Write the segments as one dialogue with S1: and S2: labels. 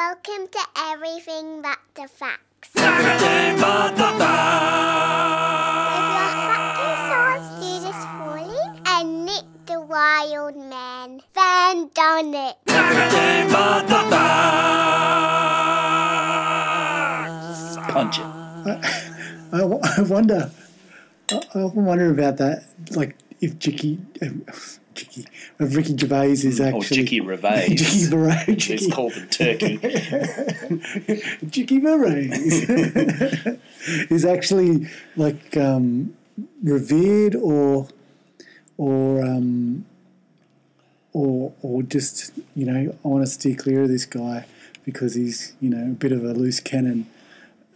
S1: Welcome to Everything But the Facts.
S2: Everything but the
S1: With your
S2: facts.
S1: fucking sword, Judas Falling, and Nick the Wild Man. Van done it.
S2: Everything but the facts.
S3: Punch it.
S4: I, w- I wonder. I, I often wonder about that. Like if Jicky, if, Jicky, if Ricky Gervais is
S3: Or
S4: actually
S3: Jicky Reveille.
S4: Jicky Beret.
S3: oh, It's
S4: Jicky,
S3: called the turkey.
S4: Jicky Beret is actually like um, revered or or um, or or just you know I want to steer clear of this guy because he's you know a bit of a loose cannon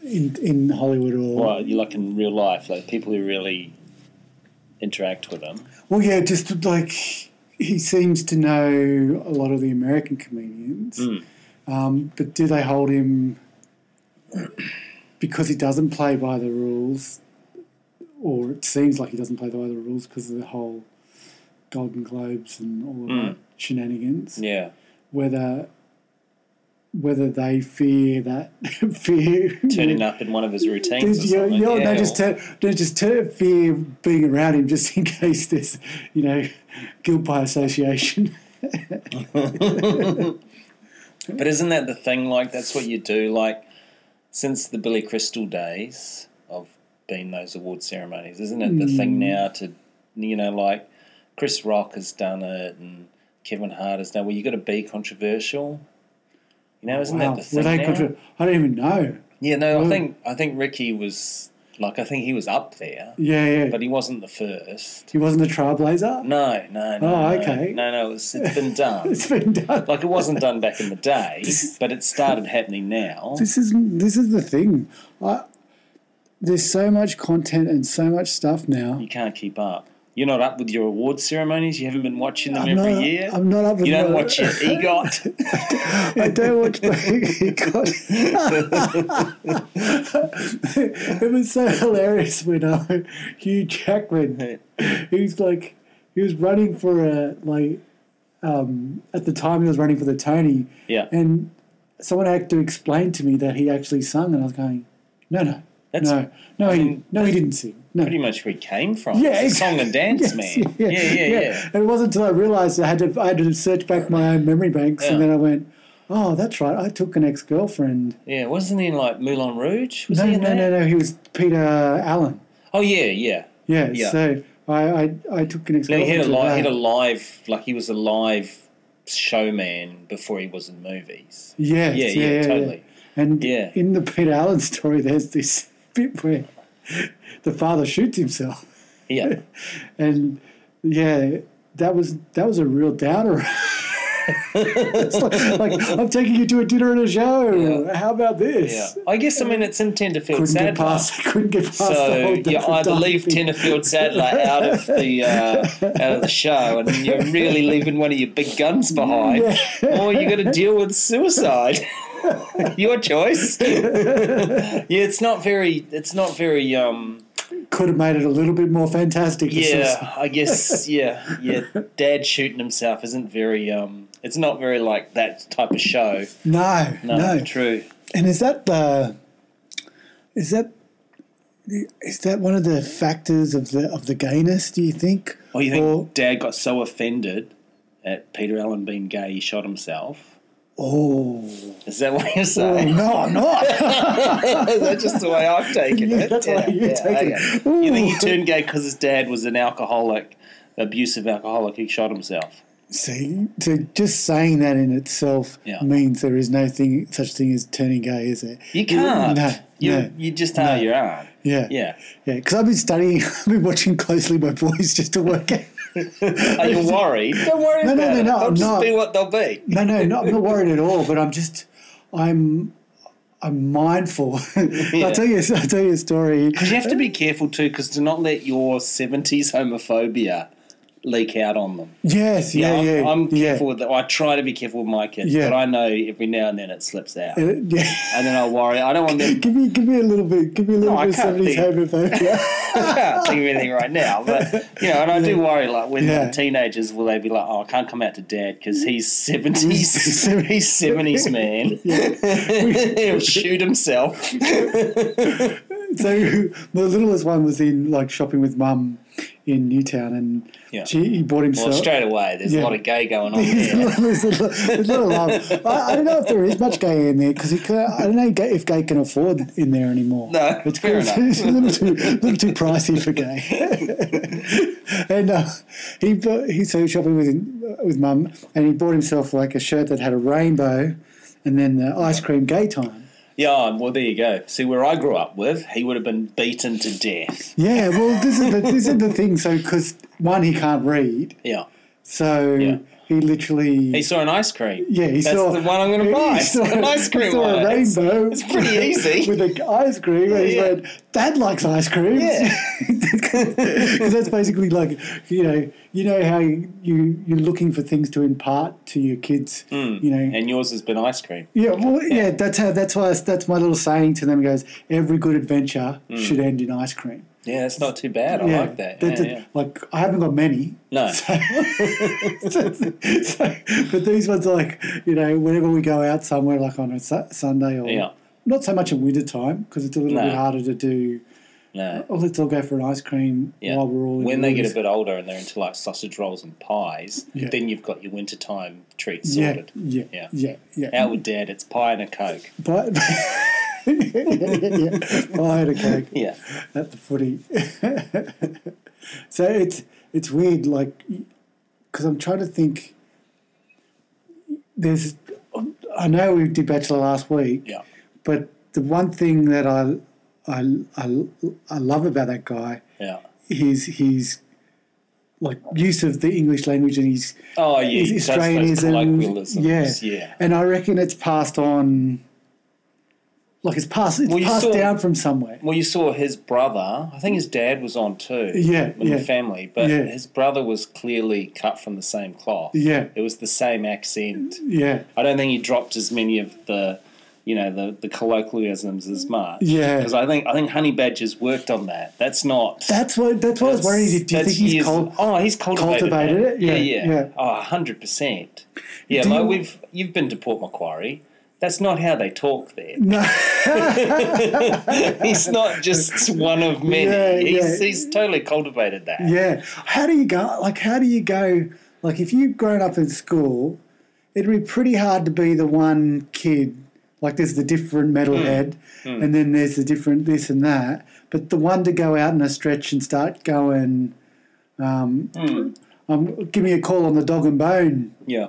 S4: in in Hollywood or
S3: Well, you like in real life, like people who really interact with them.
S4: Well, yeah, just like he seems to know a lot of the American comedians, um, but do they hold him because he doesn't play by the rules, or it seems like he doesn't play by the rules because of the whole Golden Globes and all of that shenanigans?
S3: Yeah.
S4: Whether whether they fear that fear
S3: Turning up in one of his routines.
S4: Dude,
S3: Or
S4: you're,
S3: something.
S4: you're,
S3: yeah.
S4: No, just ter- no, just ter- fear being around him, just in case there's, you know, guilt by association.
S3: But isn't that the thing? Like that's what you do. Like since the Billy Crystal days of being those award ceremonies, isn't it the thing
S4: Hmm.
S3: now to you know like Chris Rock has done it and Kevin Hart has done. Well, you got to be controversial. You know, isn't
S4: Wow,
S3: that the
S4: were
S3: thing?
S4: they
S3: now?
S4: contra- I don't even know.
S3: yeah, no, I
S4: Wow.
S3: think I think Ricky was like I think he was up there,
S4: Yeah, yeah.
S3: but he wasn't the first.
S4: he wasn't a trailblazer.
S3: No, no, no.
S4: Oh,
S3: no.
S4: okay.
S3: No, no, it's, it's been done.
S4: It's been done.
S3: like it wasn't done back in the day, but it started happening now.
S4: this is this is the thing. I, there's so much content and so much stuff now.
S3: You can't keep up. You're not up with your award ceremonies. You haven't been watching them
S4: I'm
S3: every
S4: not-
S3: year.
S4: I'm not up with
S3: you don't
S4: my-
S3: watch your EGOT.
S4: I don't watch Burger God. it was so hilarious when uh, Hugh Jackman, he was like, he was running for a, like, um, at the time he was running for the Tony.
S3: Yeah.
S4: And someone had to explain to me that he actually sung, and I was going, no, no.
S3: That's-
S4: no, no, he,
S3: mean,
S4: no, he didn't sing. No.
S3: Pretty much where he came from.
S4: Yeah,
S3: It's a song and dance
S4: Yes,
S3: man. Yeah, yeah, yeah.
S4: And it wasn't until I realised I had to I had to search back my own memory banks, and
S3: Yeah.
S4: then I went, "Oh, that's right. I took an ex girlfriend."
S3: Yeah, wasn't he in like Moulin Rouge? Was
S4: No,
S3: he in
S4: no,
S3: that?
S4: no, no. He was Peter Allen.
S3: Oh yeah, yeah.
S4: Yeah.
S3: Yeah.
S4: So I, I, I took an ex
S3: No, he
S4: girlfriend.
S3: had a live, he had a live, like he was a live showman before he was in movies.
S4: Yes,
S3: Yeah, yeah, totally.
S4: And
S3: Yeah.
S4: in the Peter Allen story, there's this bit where the father shoots himself,
S3: Yeah,
S4: and yeah, that was that was a real downer. it's like, like, I'm taking you to a dinner and a show.
S3: Yeah.
S4: How about this?
S3: yeah. I guess I mean it's in Tenderfield
S4: couldn't
S3: Sadler.
S4: get past. Couldn't get past the
S3: So
S4: whole
S3: yeah,
S4: Dapper
S3: either
S4: Duck
S3: leave
S4: thing.
S3: Tenderfield Sadler out of the uh, out of the show, and you're really leaving one of your big guns behind, or you got to deal with suicide. Your choice. yeah, it's not very. It's not very. Um,
S4: Could have made it a little bit more fantastic. It's just-
S3: yeah, I guess. Yeah, yeah. Dad shooting himself isn't very. Um, it's not very like that type of show.
S4: No, no.
S3: No, true.
S4: And is that the? Is that? Is that one of the factors of the of the gayness? Do you think?
S3: Well, you think
S4: Or,
S3: Dad got so offended at Peter Allen being gay, he shot himself.
S4: oh,
S3: Is that what you're
S4: oh,
S3: saying?
S4: no, I'm not.
S3: That's just the way I've taken it.
S4: That's why you take it.
S3: You think he
S4: Ooh.
S3: turned gay because his dad was an alcoholic, abusive alcoholic who shot himself?
S4: See, so just saying that in itself
S3: Yeah.
S4: means there is no thing such thing as turning gay, is there?
S3: You can't.
S4: No,
S3: you,
S4: no.
S3: you just are you are.
S4: Yeah,
S3: Yeah.
S4: yeah. Because I've been studying, I've been watching closely my boys just to work out.
S3: Are you worried? Don't worry
S4: No, no,
S3: about it.
S4: no, no,
S3: They'll
S4: I'm
S3: just
S4: not.
S3: be what they'll be.
S4: No, no, no, I'm not worried at all. But I'm just, I'm, I'm mindful. I'll tell you, I'll tell you a story.
S3: You have to be careful too, because to not let your seventies homophobia leak out on them.
S4: Yes, yeah, yeah.
S3: I'm, I'm
S4: yeah.
S3: careful with that. I try to be careful with my kids,
S4: Yeah.
S3: but I know every now and then it slips out,
S4: Uh,
S3: and
S4: yeah.
S3: then I worry. I don't want them.
S4: Give me, give me a little bit, give me a little
S3: I
S4: bit of
S3: can't
S4: seventies
S3: think.
S4: homophobia.
S3: I can't think of anything right now, but you know, and I do worry like when
S4: Yeah.
S3: the teenagers will they be like, "Oh, I can't come out to dad because he's seventies, he's seventies man. He'll shoot himself."
S4: so the littlest one was in like shopping with mum in Newtown, and
S3: Yeah.
S4: she he bought himself.
S3: Well, straight away, there's
S4: Yeah.
S3: a lot of gay going on
S4: There's
S3: there.
S4: a- there's a lot- there's a lot of love. I, I don't know if there is much gay in there because I don't know gay- if gay can afford in there anymore.
S3: No,
S4: it's,
S3: fair
S4: it's,
S3: enough.
S4: it's a little too, little too pricey for gay. and uh, he bought, he so he was shopping with with mum, and he bought himself like a shirt that had a rainbow, and then the ice cream gay time.
S3: Yeah, well, there you go. See, where I grew up with, he would have been beaten to death.
S4: Yeah, well, this is the, this is the thing. So, because one, he can't read,
S3: Yeah.
S4: so
S3: Yeah.
S4: he literally
S3: He saw an ice cream.
S4: yeah, he
S3: That's
S4: saw
S3: the one I'm going
S4: he
S3: to buy.
S4: saw-
S3: an ice
S4: he
S3: cream
S4: saw
S3: one.
S4: a
S3: It's-
S4: rainbow.
S3: It's, pretty easy.
S4: with an ice cream, and he
S3: Yeah.
S4: went, "Dad likes ice cream."
S3: Yeah.
S4: because that's basically like you know you know how you you're looking for things to impart to your kids. You know,
S3: Hmm. and yours has been ice cream.
S4: yeah, well, yeah. That's how. That's why. I, that's my little saying to them. Goes every good adventure
S3: Hmm.
S4: should end in ice cream.
S3: Yeah, that's not too bad. I
S4: yeah,
S3: like that.
S4: That's
S3: Yeah,
S4: it.
S3: yeah.
S4: Like I haven't got many.
S3: No.
S4: so, so- but these ones, like you know, whenever we go out somewhere, like on a su- Sunday or
S3: Yeah.
S4: not so much in winter time because it's a little
S3: No.
S4: bit harder to do.
S3: No.
S4: Oh, let's all go for an ice cream
S3: Yeah.
S4: while we're all in
S3: when they get a
S4: Woolies."
S3: bit older and they're into like sausage rolls and pies,
S4: Yeah.
S3: then you've got your wintertime treat
S4: yeah,
S3: sorted.
S4: yeah, yeah,
S3: Yeah.
S4: yeah,
S3: Out with dad, it's pie and a coke.
S4: But, yeah, I had a cake.
S3: Yeah.
S4: at the footy. so it's it's weird, like, because I'm trying to think. There's, I know we did Bachelor last week,
S3: Yeah.
S4: but the one thing that I, I, I, I love about that guy
S3: Yeah.
S4: is his, like, use of the English language and his
S3: Oh, yeah. That's
S4: his
S3: those
S4: Australianisms. Yeah.
S3: colloquialisms. Yeah.
S4: and I reckon it's passed on. Like it's passed, it's
S3: Well, you
S4: passed
S3: saw-
S4: down from somewhere.
S3: Well, you saw his brother. I think his dad was on too.
S4: Yeah,
S3: in
S4: yeah.
S3: the family, but
S4: Yeah.
S3: his brother was clearly cut from the same cloth.
S4: Yeah.
S3: it was the same accent.
S4: Yeah,
S3: I don't think he dropped as many of the, you know, the, the colloquialisms as much.
S4: Yeah.
S3: because I think I think Honey Badger's worked on that. That's not.
S4: that's what that's what I was worried. Do you
S3: that's
S4: think he's
S3: years-
S4: cold?
S3: Oh, he's cultivated,
S4: cultivated
S3: that.
S4: it? Yeah,
S3: yeah,
S4: yeah.
S3: yeah. Oh, hundred percent. Yeah,
S4: Do
S3: like
S4: you-
S3: we've you've been to Port Macquarie. That's not how they talk there.
S4: No.
S3: he's not just one of many.
S4: Yeah,
S3: he's,
S4: yeah.
S3: he's totally cultivated that.
S4: Yeah. How do you go? Like, how do you go? Like, if you've grown up in school, it'd be pretty hard to be the one kid. Like, there's the different metalhead,
S3: Hmm.
S4: and then there's the different this and that. But the one to go out in a stretch and start going,
S3: Hmm.
S4: um, um, give me a call on the dog and bone,
S3: Yeah.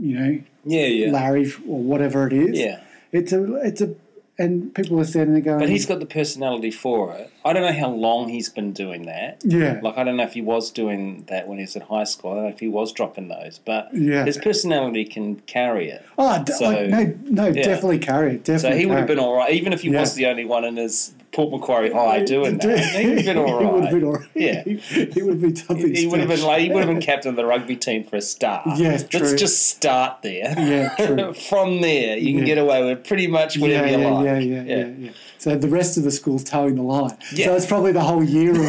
S4: you know,
S3: Yeah, yeah.
S4: Larry or whatever it is.
S3: Yeah.
S4: It's a, it's a, and people are standing there going,
S3: But he's got the personality for it. I don't know how long he's been doing that.
S4: yeah,
S3: Like, I don't know if he was doing that when he was in high school. I don't know if he was dropping those. But
S4: Yeah.
S3: his personality can carry it.
S4: oh, d-
S3: so-
S4: like, no, no,
S3: yeah.
S4: definitely carry it, definitely.
S3: So he would
S4: carry
S3: have
S4: it.
S3: been all right, even if he was the only one in his Port Macquarie High doing that. He would have been all right.
S4: He would have been all right.
S3: Yeah.
S4: He would have been something
S3: He would have been
S4: special.
S3: like he would have been captain of the rugby team for a start.
S4: Yes,
S3: let's
S4: true.
S3: just start there.
S4: Yeah, true.
S3: From there, you
S4: Yeah.
S3: can get away with pretty much
S4: Yeah,
S3: whatever
S4: yeah,
S3: you
S4: yeah,
S3: like.
S4: yeah, yeah, yeah, So the rest of the school's towing the line. So
S3: Yeah.
S4: it's probably the whole year of.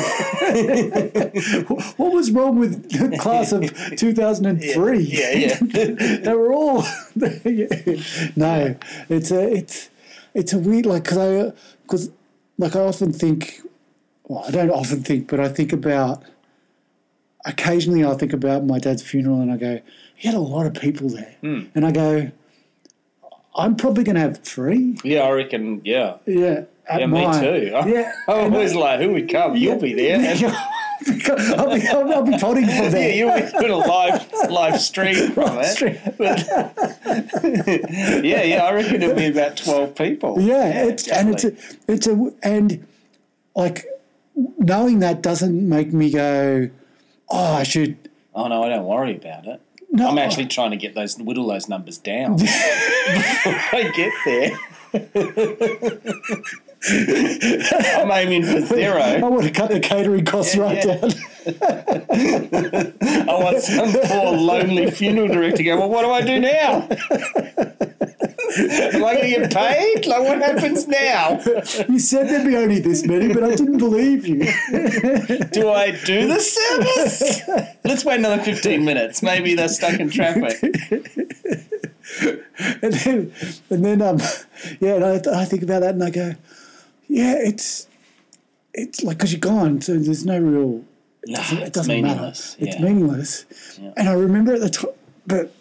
S4: what was wrong with the class of 2003?
S3: Yeah, yeah.
S4: they were all no it's a it's it's a weird like because i because like i often think well i don't often think but i think about occasionally i think about my dad's funeral and i go he had a lot of people there
S3: Hmm.
S4: and i go i'm probably going to have three
S3: Yeah, I reckon. Yeah,
S4: yeah at
S3: yeah, me
S4: mine.
S3: too.
S4: yeah
S3: I'm always like, who would come? You'll be there. And-
S4: I'll be, I'll, I'll be potting for
S3: yeah,
S4: that.
S3: you'll be doing a live live stream from
S4: stream.
S3: it. But- yeah, yeah, I reckon it'll be about twelve people.
S4: Yeah, it's and it's a,
S3: definitely.
S4: it's a and like knowing that doesn't make me go, oh, I should.
S3: Oh no, I don't worry about it.
S4: No,
S3: I'm actually trying to get those whittle those numbers down before I get there. I'm aiming for
S4: I
S3: zero.
S4: want to cut the catering costs right
S3: yeah.
S4: down.
S3: I want some poor lonely funeral director going, well, what do I do now? Am I going to get paid? Like, what happens now?
S4: You said there'd be only this many, but I didn't believe you.
S3: Do I do the service? Let's wait another 15 minutes. Maybe they're stuck in traffic.
S4: And then, and then, um, yeah, and I, I think about that and I go, yeah, it's, it's like because you're gone, so there's no real.
S3: No,
S4: It doesn't
S3: Ah, meaningless.
S4: matter. It's
S3: yeah.
S4: meaningless. And I remember at the time, but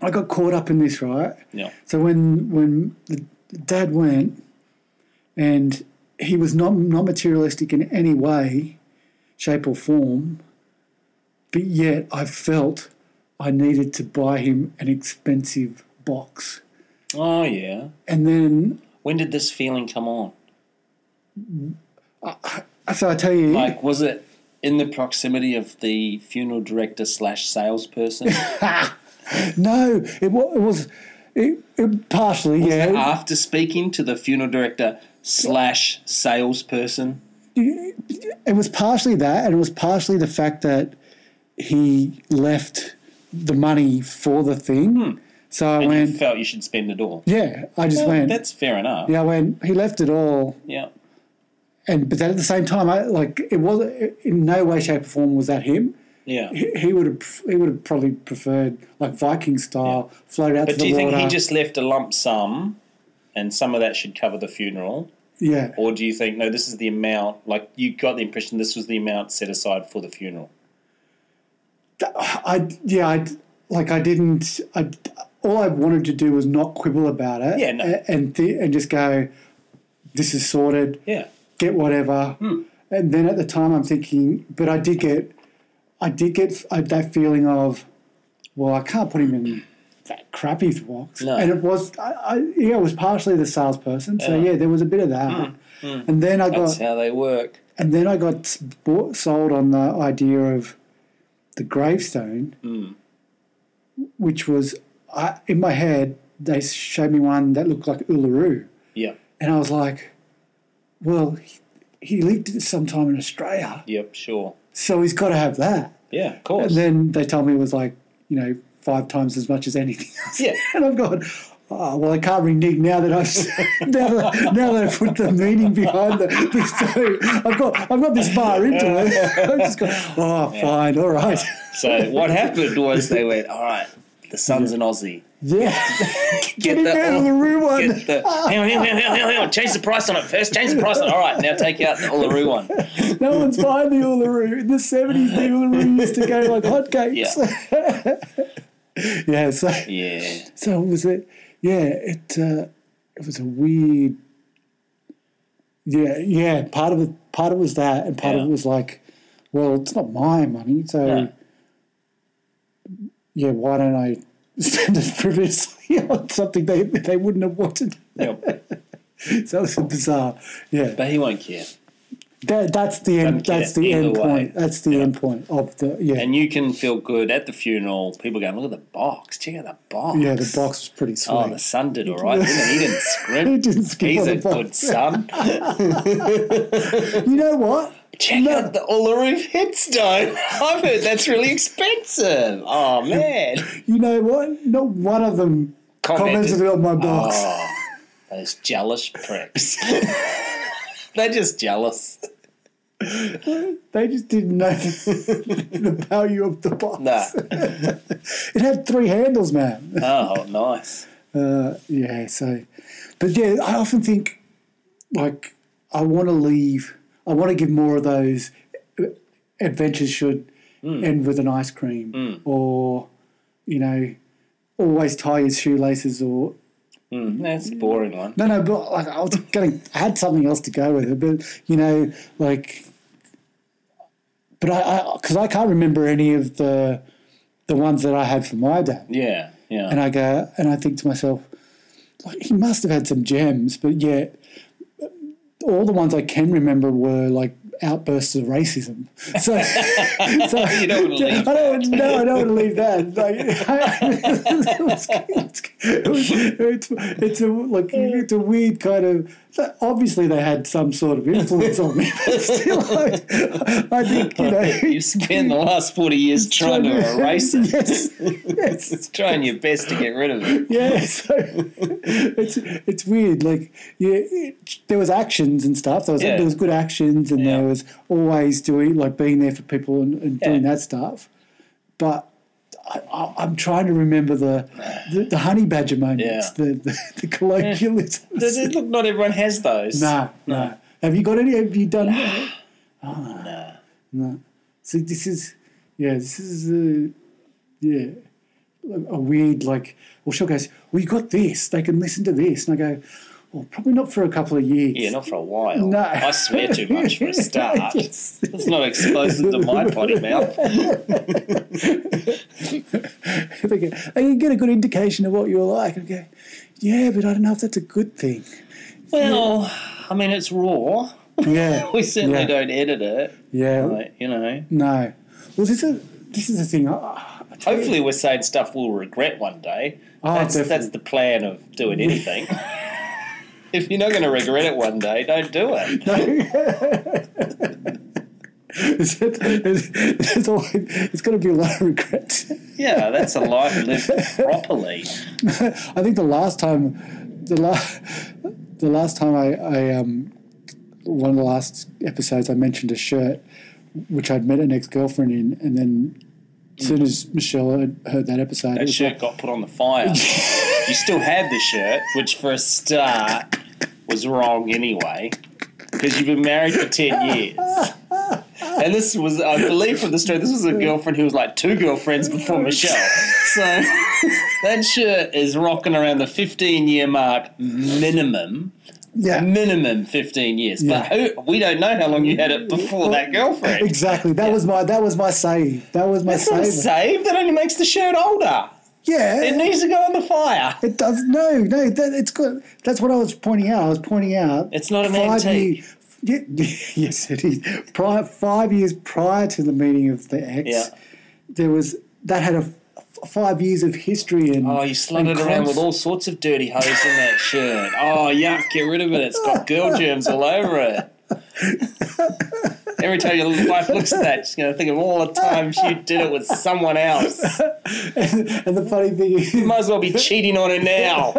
S4: I got caught up in this, right?
S3: yeah.
S4: So when when the dad went, and he was not not materialistic in any way, shape or form, but yet I felt I needed to buy him an expensive box.
S3: Oh, yeah.
S4: And then,
S3: When did this feeling come on?
S4: uh, so I tell you,
S3: Like, was it in the proximity of the funeral director slash salesperson
S4: no, it, wa- it was it, it partially, yeah.
S3: after speaking to the funeral director slash salesperson?
S4: it was partially that, and it was partially the fact that he left the money for the thing. So I
S3: Hmm. And
S4: went,
S3: you felt you should spend it all.
S4: yeah, I just
S3: Well,
S4: went,
S3: that's fair enough.
S4: yeah, I went. He left it all,
S3: Yeah.
S4: and but then at the same time, I like it was in no way, shape, or form was that him.
S3: Yeah.
S4: He, he would have, he would have probably preferred like Viking style, float out
S3: But
S4: to
S3: do
S4: the
S3: you
S4: water.
S3: think he just left a lump sum and some of that should cover the funeral?
S4: yeah,
S3: Or do you think, no, this is the amount, like you got the impression this was the amount set aside for the funeral?
S4: I yeah, I like I didn't. I all I wanted to do was not quibble about it.
S3: Yeah, no.
S4: a- and th- and just go. This is sorted.
S3: Yeah.
S4: get whatever.
S3: Hmm.
S4: And then at the time, I'm thinking, but I did get, I did get uh, that feeling of, well, I can't put him in that crappy box.
S3: No.
S4: And it was, I, I, yeah, it was partially the salesperson. So
S3: Yeah. Hmm.
S4: yeah, there was a bit of that. And then I got,
S3: That's how they work.
S4: and then I got s- bought, sold on the idea of the gravestone,
S3: Hmm.
S4: which was I, in my head. They showed me one that looked like Uluru.
S3: Yeah.
S4: And I was like, well, he, he lived sometime in Australia,
S3: Yep, sure.
S4: so he's got to have that.
S3: Yeah, of course.
S4: And then they told me it was like, you know, five times as much as anything else.
S3: Yeah.
S4: And I've gone, oh, well, I can't renege now that I've now that, now that I've put the meaning behind the, this. So I've got I've got this far into it. I've just gone, oh, fine, all right,
S3: so what happened was they went, all right, the sun's an Aussie.
S4: yeah. Get
S3: Get
S4: in
S3: the
S4: there,
S3: old-
S4: Uluru one.
S3: Get the, hang on, hang on, hang on, hang on, hang on. Change the price on it first. Change the price on it. All right, now take out the Uluru one.
S4: No one's buying the Uluru. In the 70s, the Uluru used to go like hotcakes. Yeah. so,
S3: Yeah.
S4: so it was it. Yeah, it uh, it was a weird. Yeah, yeah. Part of it, part of it was that, and part of
S3: Yeah.
S4: it was like, well, it's not my money, so
S3: Yeah.
S4: yeah, why don't I spend it previously on something they they wouldn't have wanted?
S3: Yep.
S4: So it was bizarre. Yeah.
S3: But he won't care.
S4: That, that's the end.
S3: care
S4: That's the
S3: either
S4: end
S3: way.
S4: point. That's the end point of the yeah.
S3: And you can feel good at the funeral. People going, look at the box. Check out the box.
S4: yeah, the box was pretty sweet.
S3: Oh, the son did all right. Didn't he? he didn't scrimp.
S4: He didn't skip
S3: He's
S4: on
S3: a
S4: the box.
S3: good son.
S4: you know what?
S3: Check out the Uluru headstone. I've heard that's really expensive. Oh man.
S4: You know what? Not one of them commented, on my box.
S3: Oh, those jealous pricks. They're just jealous.
S4: They just didn't know the, value of the box.
S3: Nah.
S4: It had three handles, man.
S3: Oh, nice.
S4: Uh, yeah. So, but yeah, I often think like I want to leave. I want to give more of those uh, adventures should end with an ice cream or you know always tie your shoelaces or
S3: Mm, that's a boring one.
S4: no no but like I was going I had something else to go with it but you know like but I because I, can't remember any of the the ones that I had for my dad
S3: Yeah, yeah.
S4: and I go and I think to myself like he must have had some gems but yet all the ones I can remember were like outbursts of racism. So, so
S3: You don't wanna leave
S4: I don't, no, I don't want to leave that. Like, it was- it's, it was- it's, it's a like it's a weird kind of. Obviously, they had some sort of influence on me, but still, I, I think you know.
S3: You've spent the last 40 years trying to erase it.
S4: Yes, yes.
S3: trying your best to get rid of it.
S4: yeah, so it's it's weird. Like you, it, there was actions and stuff. There was
S3: Yeah.
S4: there was good actions, and
S3: Yeah.
S4: there was always doing like being there for people and, and doing
S3: Yeah.
S4: that stuff. But I, I, I'm trying to remember the the, the honey badger moments,
S3: Yeah.
S4: the, the the colloquialisms.
S3: Does it- Look, not everyone has those.
S4: No, no, Have you got any? Have you done?
S3: Nah.
S4: No. So this is, yeah, this is a, yeah, a- a weird like. Well, she goes, well, you got this. They can listen to this, and I go, well, probably not for a couple of years.
S3: Yeah, not for a while.
S4: No.
S3: I swear too much for a start.
S4: Yes.
S3: It's not explosive to my potty mouth.
S4: they go, "Oh, you get a good indication of what you're like. And I go, yeah, but I don't know if that's a good thing.
S3: Well, I mean, it's raw.
S4: Yeah,
S3: We certainly
S4: yeah, Hmm.
S3: don't edit it.
S4: Yeah,
S3: Like, you know,
S4: no. Well, this is this is the thing. I, I tell you-
S3: hopefully we're saying stuff we'll regret one day.
S4: Oh,
S3: that's,
S4: definitely.
S3: that's the plan of doing anything. if you're not going to regret it one day, don't do it.
S4: It's, it's, it's, always, it's going to be a lot of regret.
S3: Yeah, that's a life lived properly.
S4: I think the last time, the last, the last time I, I um, one of the last episodes, I mentioned a shirt which I'd met an ex girlfriend in, and then as soon as Michelle had heard that episode, it
S3: That
S4: was
S3: shirt got put on the fire. you still had the shirt, which for a start was wrong anyway, because you've been married for 10 years. And this was, I believe, from the story, this was a girlfriend who was like two girlfriends before Michelle. So that shirt is rocking around the 15 year mark minimum.
S4: yeah,
S3: Minimum 15 years.
S4: Yeah. Mm.
S3: But who, we don't know how long you had it before that girlfriend.
S4: exactly. That was my that was my save. That was my
S3: That's not a
S4: save.
S3: save. That only makes the shirt older.
S4: yeah,
S3: It needs to go on the fire.
S4: It does no, no. That, it's good. That's what I was pointing out. I was pointing out.
S3: It's not an antique.
S4: Year, yeah, yes, it is. Prior, five years prior to the meeting of the X,
S3: Yeah.
S4: there was that had a f- five years of history and
S3: Oh, you slung
S4: and
S3: it around
S4: cons-
S3: with all sorts of dirty hose in that shirt. Oh, yuck, get rid of it. It's got girl germs all over it. Every time your wife looks at that, she's going to think of all the times you did it with someone else.
S4: And the funny thing is,
S3: You might as well be cheating on her now.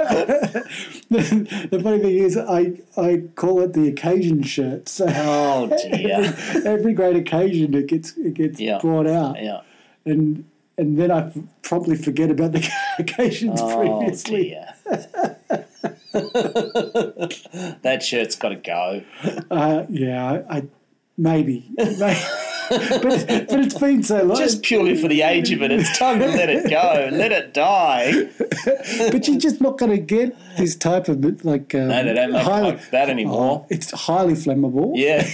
S4: the funny thing is, I I call it the occasion shirt. So
S3: Oh, dear.
S4: every great occasion, it gets it gets
S3: Yeah.
S4: brought out,
S3: Yeah.
S4: and and then I f- promptly forget about the occasions
S3: Oh,
S4: previously.
S3: dear. that shirt's got to go.
S4: Uh, yeah, I, I maybe, May- but, but it's been so long.
S3: Just purely for the age of it, it's time to let it go. Let it die.
S4: but you're just not going to get this type of like. Um,
S3: No, they don't make it like that anymore.
S4: it's highly flammable.
S3: Yeah.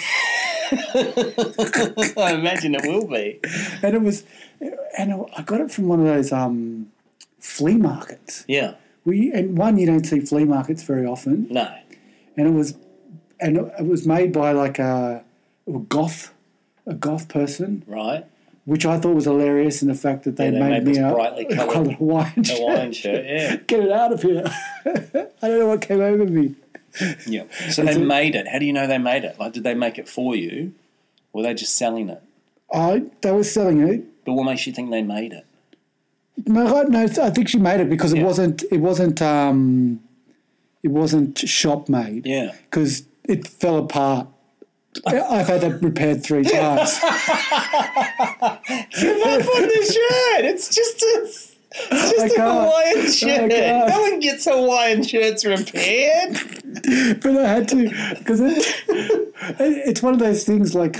S3: I imagine it will be.
S4: and it was, and I got it from one of those um, flea markets.
S3: Yeah.
S4: We and one you don't see flea markets very often,
S3: No.
S4: and it was, and it was made by like a, a goth, a goth person,
S3: Right.
S4: which I thought was hilarious in the fact that they,
S3: Yeah, they made
S4: made, me
S3: this
S4: a
S3: brightly coloured
S4: coloured Hawaiian shirt.
S3: Hawaiian shirt. Yeah.
S4: get it out of here. I don't know what came over me.
S3: Yeah. So they made it. How do you know they made it? Like, did they make it for you? Or were they just selling it?
S4: I they were selling it.
S3: But what makes you think they made it?
S4: No, I- no, I think she made it because it
S3: Yeah.
S4: wasn't. It wasn't. Um, it wasn't shop made.
S3: Yeah.
S4: Because it fell apart. I- I've had that repaired three times.
S3: Up on the shirt. It's just a. It's
S4: I
S3: just a
S4: can't.
S3: Hawaiian shirt.
S4: can't.
S3: no one gets Hawaiian shirts repaired.
S4: but I had to because it, it's one of those things. Like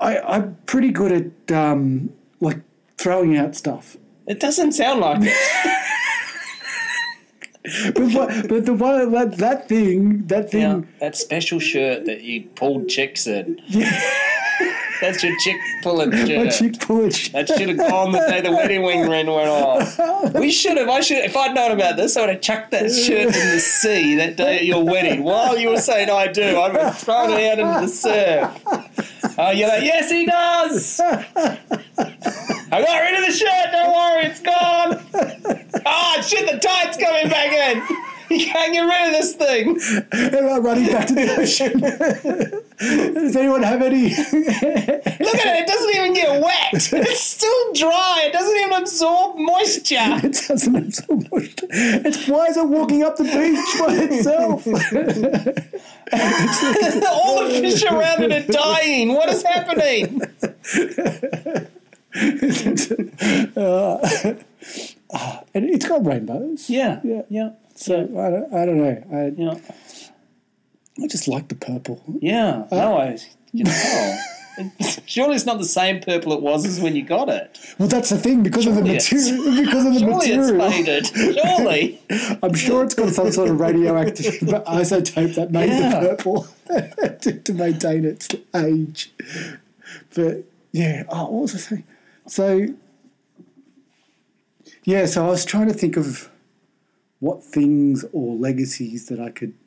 S4: I, I'm pretty good at um, like throwing out stuff.
S3: It doesn't sound like it.
S4: But, what, but the one that, that thing, that thing.
S3: Yeah. That special shirt that you pulled chicks in. That's your chick pulling shirt.
S4: My chick push.
S3: That should have gone the day the wedding ring ring went off. We should have. I should. If I'd known about this, I would have chucked that shirt in the sea that day at your wedding. While you were saying "I do," I'd have thrown it out into the surf. Oh, you're like, yes, he does. I got rid of the shirt. Don't worry, it's gone. Ah, shit, the tight's coming back in. You can't get rid of this thing.
S4: Everyone running back to the ocean. Does anyone have any?
S3: Look at it. It doesn't even get wet. It's still dry. It doesn't even absorb moisture.
S4: it doesn't absorb moisture. It's why is it walking up the beach by itself?
S3: All the fish around it are dying. What is happening?
S4: Uh, and it's got rainbows.
S3: Yeah.
S4: Yeah.
S3: Yeah.
S4: So I don't, I don't know. I,
S3: Yeah.
S4: I just like the purple.
S3: Yeah, no, I you know. Surely it's not the same purple it was as when you got it.
S4: Well, that's the thing because of the
S3: Surely it's-
S4: material. Because of the
S3: Surely it's
S4: material,
S3: faded. Surely.
S4: I'm sure it's got some sort of radioactive isotope that made
S3: Yeah.
S4: the purple to, to maintain its age. But yeah, oh, what was I saying? So yeah, so I was trying to think of what things or legacies that I could.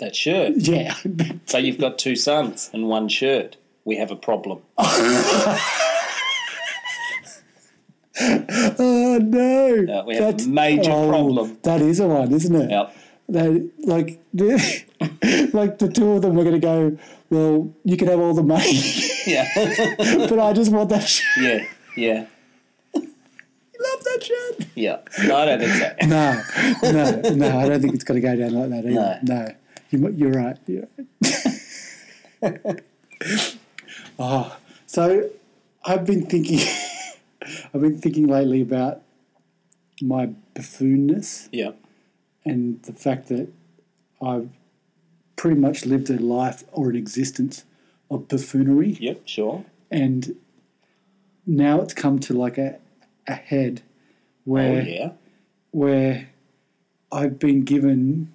S3: That shirt.
S4: Yeah,
S3: So you've got two sons and one shirt. We have a problem.
S4: oh no,
S3: Yeah, Uh, we have a major problem.
S4: That is a one, isn't it?
S3: Yep.
S4: they like the, like the two of them were going to go well you can have all the money
S3: Yeah.
S4: but i just want that shirt
S3: yeah. Yeah.
S4: love that shirt
S3: Yeah. No, I don't think so.
S4: no no no i don't think it's going to go down like that either no, You, mu- you're right you're right oh, so i've been thinking i've been thinking lately about my buffoonness
S3: Yeah.
S4: and the fact that I've pretty much lived a life or an existence of buffoonery,
S3: Yep, sure.
S4: and now it's come to like a, a head
S3: Oh
S4: where
S3: yeah.
S4: where I've been given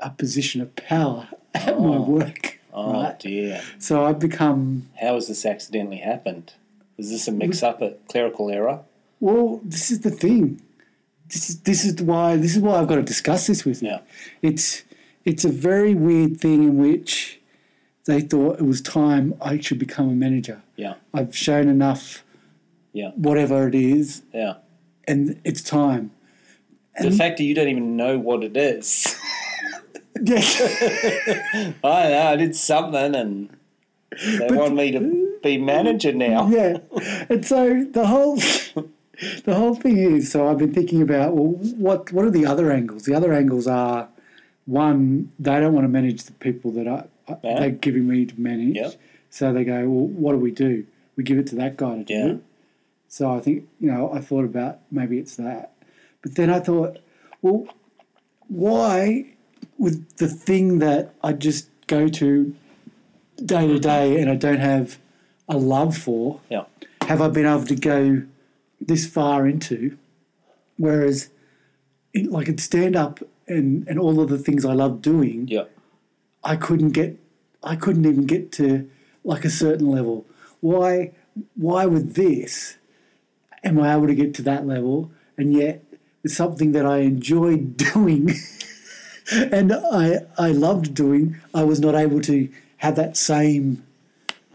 S4: a position of power at my work.
S3: Oh dear.
S4: So I've become
S3: How has this accidentally happened? Is this a mix up a clerical error?
S4: well. This is the thing. This is this is why this is why I've got to discuss this with you.
S3: Yeah.
S4: it's it's a very weird thing in which they thought it was time I should become a manager.
S3: Yeah.
S4: I've shown enough,
S3: Yeah.
S4: whatever it is,
S3: Yeah.
S4: and it's time.
S3: The
S4: Mm.
S3: fact that you don't even know what it is.
S4: Yeah,
S3: I don't know, I did something and they want me to be manager now.
S4: yeah. And so the whole the whole thing is. So I've been thinking about well, what what are the other angles? The other angles are one, they don't want to manage the people that I, I-
S3: Yeah.
S4: they're giving me to manage.
S3: Yep.
S4: So they go, well, what do we do? We give it to that guy to do
S3: Yeah.
S4: it. So I think, you know, I thought about maybe it's that. But then I thought, well, why with the thing that I just go to day to day and I don't have a love for,
S3: Yeah.
S4: have I been able to go this far into? Whereas, in, like in stand up and, and all of the things I love doing,
S3: Yeah.
S4: I couldn't get, I couldn't even get to like a certain level. Why, why with this, am I able to get to that level? And yet, it's something that I enjoyed doing, and I I loved doing. I was not able to have that same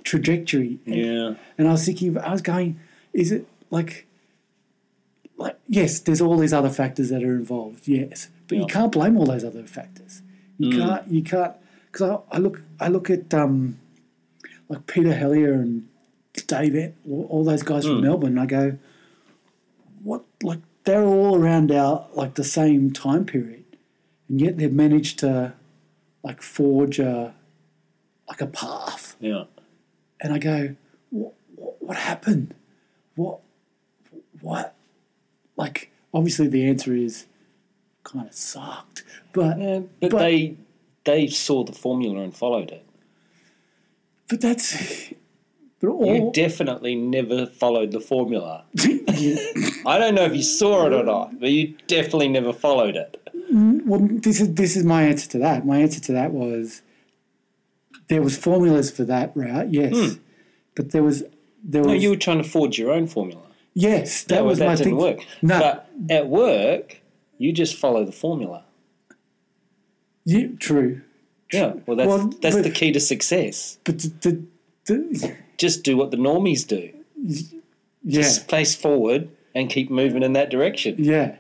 S4: trajectory. And
S3: Yeah.
S4: and I was thinking, I was going, is it like, like yes, there's all these other factors that are involved, yes, but you
S3: Yeah.
S4: can't blame all those other factors. You can't, you can't, because I, I look, I look at um, like Peter Hellier and Dave, Ent- all, all those guys from Melbourne, and I go, what, like they're all around our like the same time period, and yet they've managed to like forge a like a path
S3: Yeah.
S4: and I go, what, what, what happened? What, what? Like, obviously the answer is kind of sucked, but
S3: Yeah, but,
S4: But-
S3: they they saw the formula and followed it.
S4: but that's but
S3: You
S4: all
S3: definitely never followed the formula. I don't know if you saw it or not, but you definitely never followed it.
S4: well, this is this is my answer to that. My answer to that was there was formulas for that route, yes, but there was there was
S3: Hmm. No, you were trying to forge your own formula.
S4: yes that,
S3: That,
S4: was
S3: that
S4: my
S3: didn't
S4: thing.
S3: work.
S4: No,
S3: But at work, you just follow the formula.
S4: you, true,
S3: Yeah. Well, that's
S4: Well,
S3: that's
S4: but-
S3: the key to success.
S4: but the, the D-
S3: Just do what the normies do.
S4: Yeah,
S3: Just face forward and keep moving in that direction.
S4: yeah.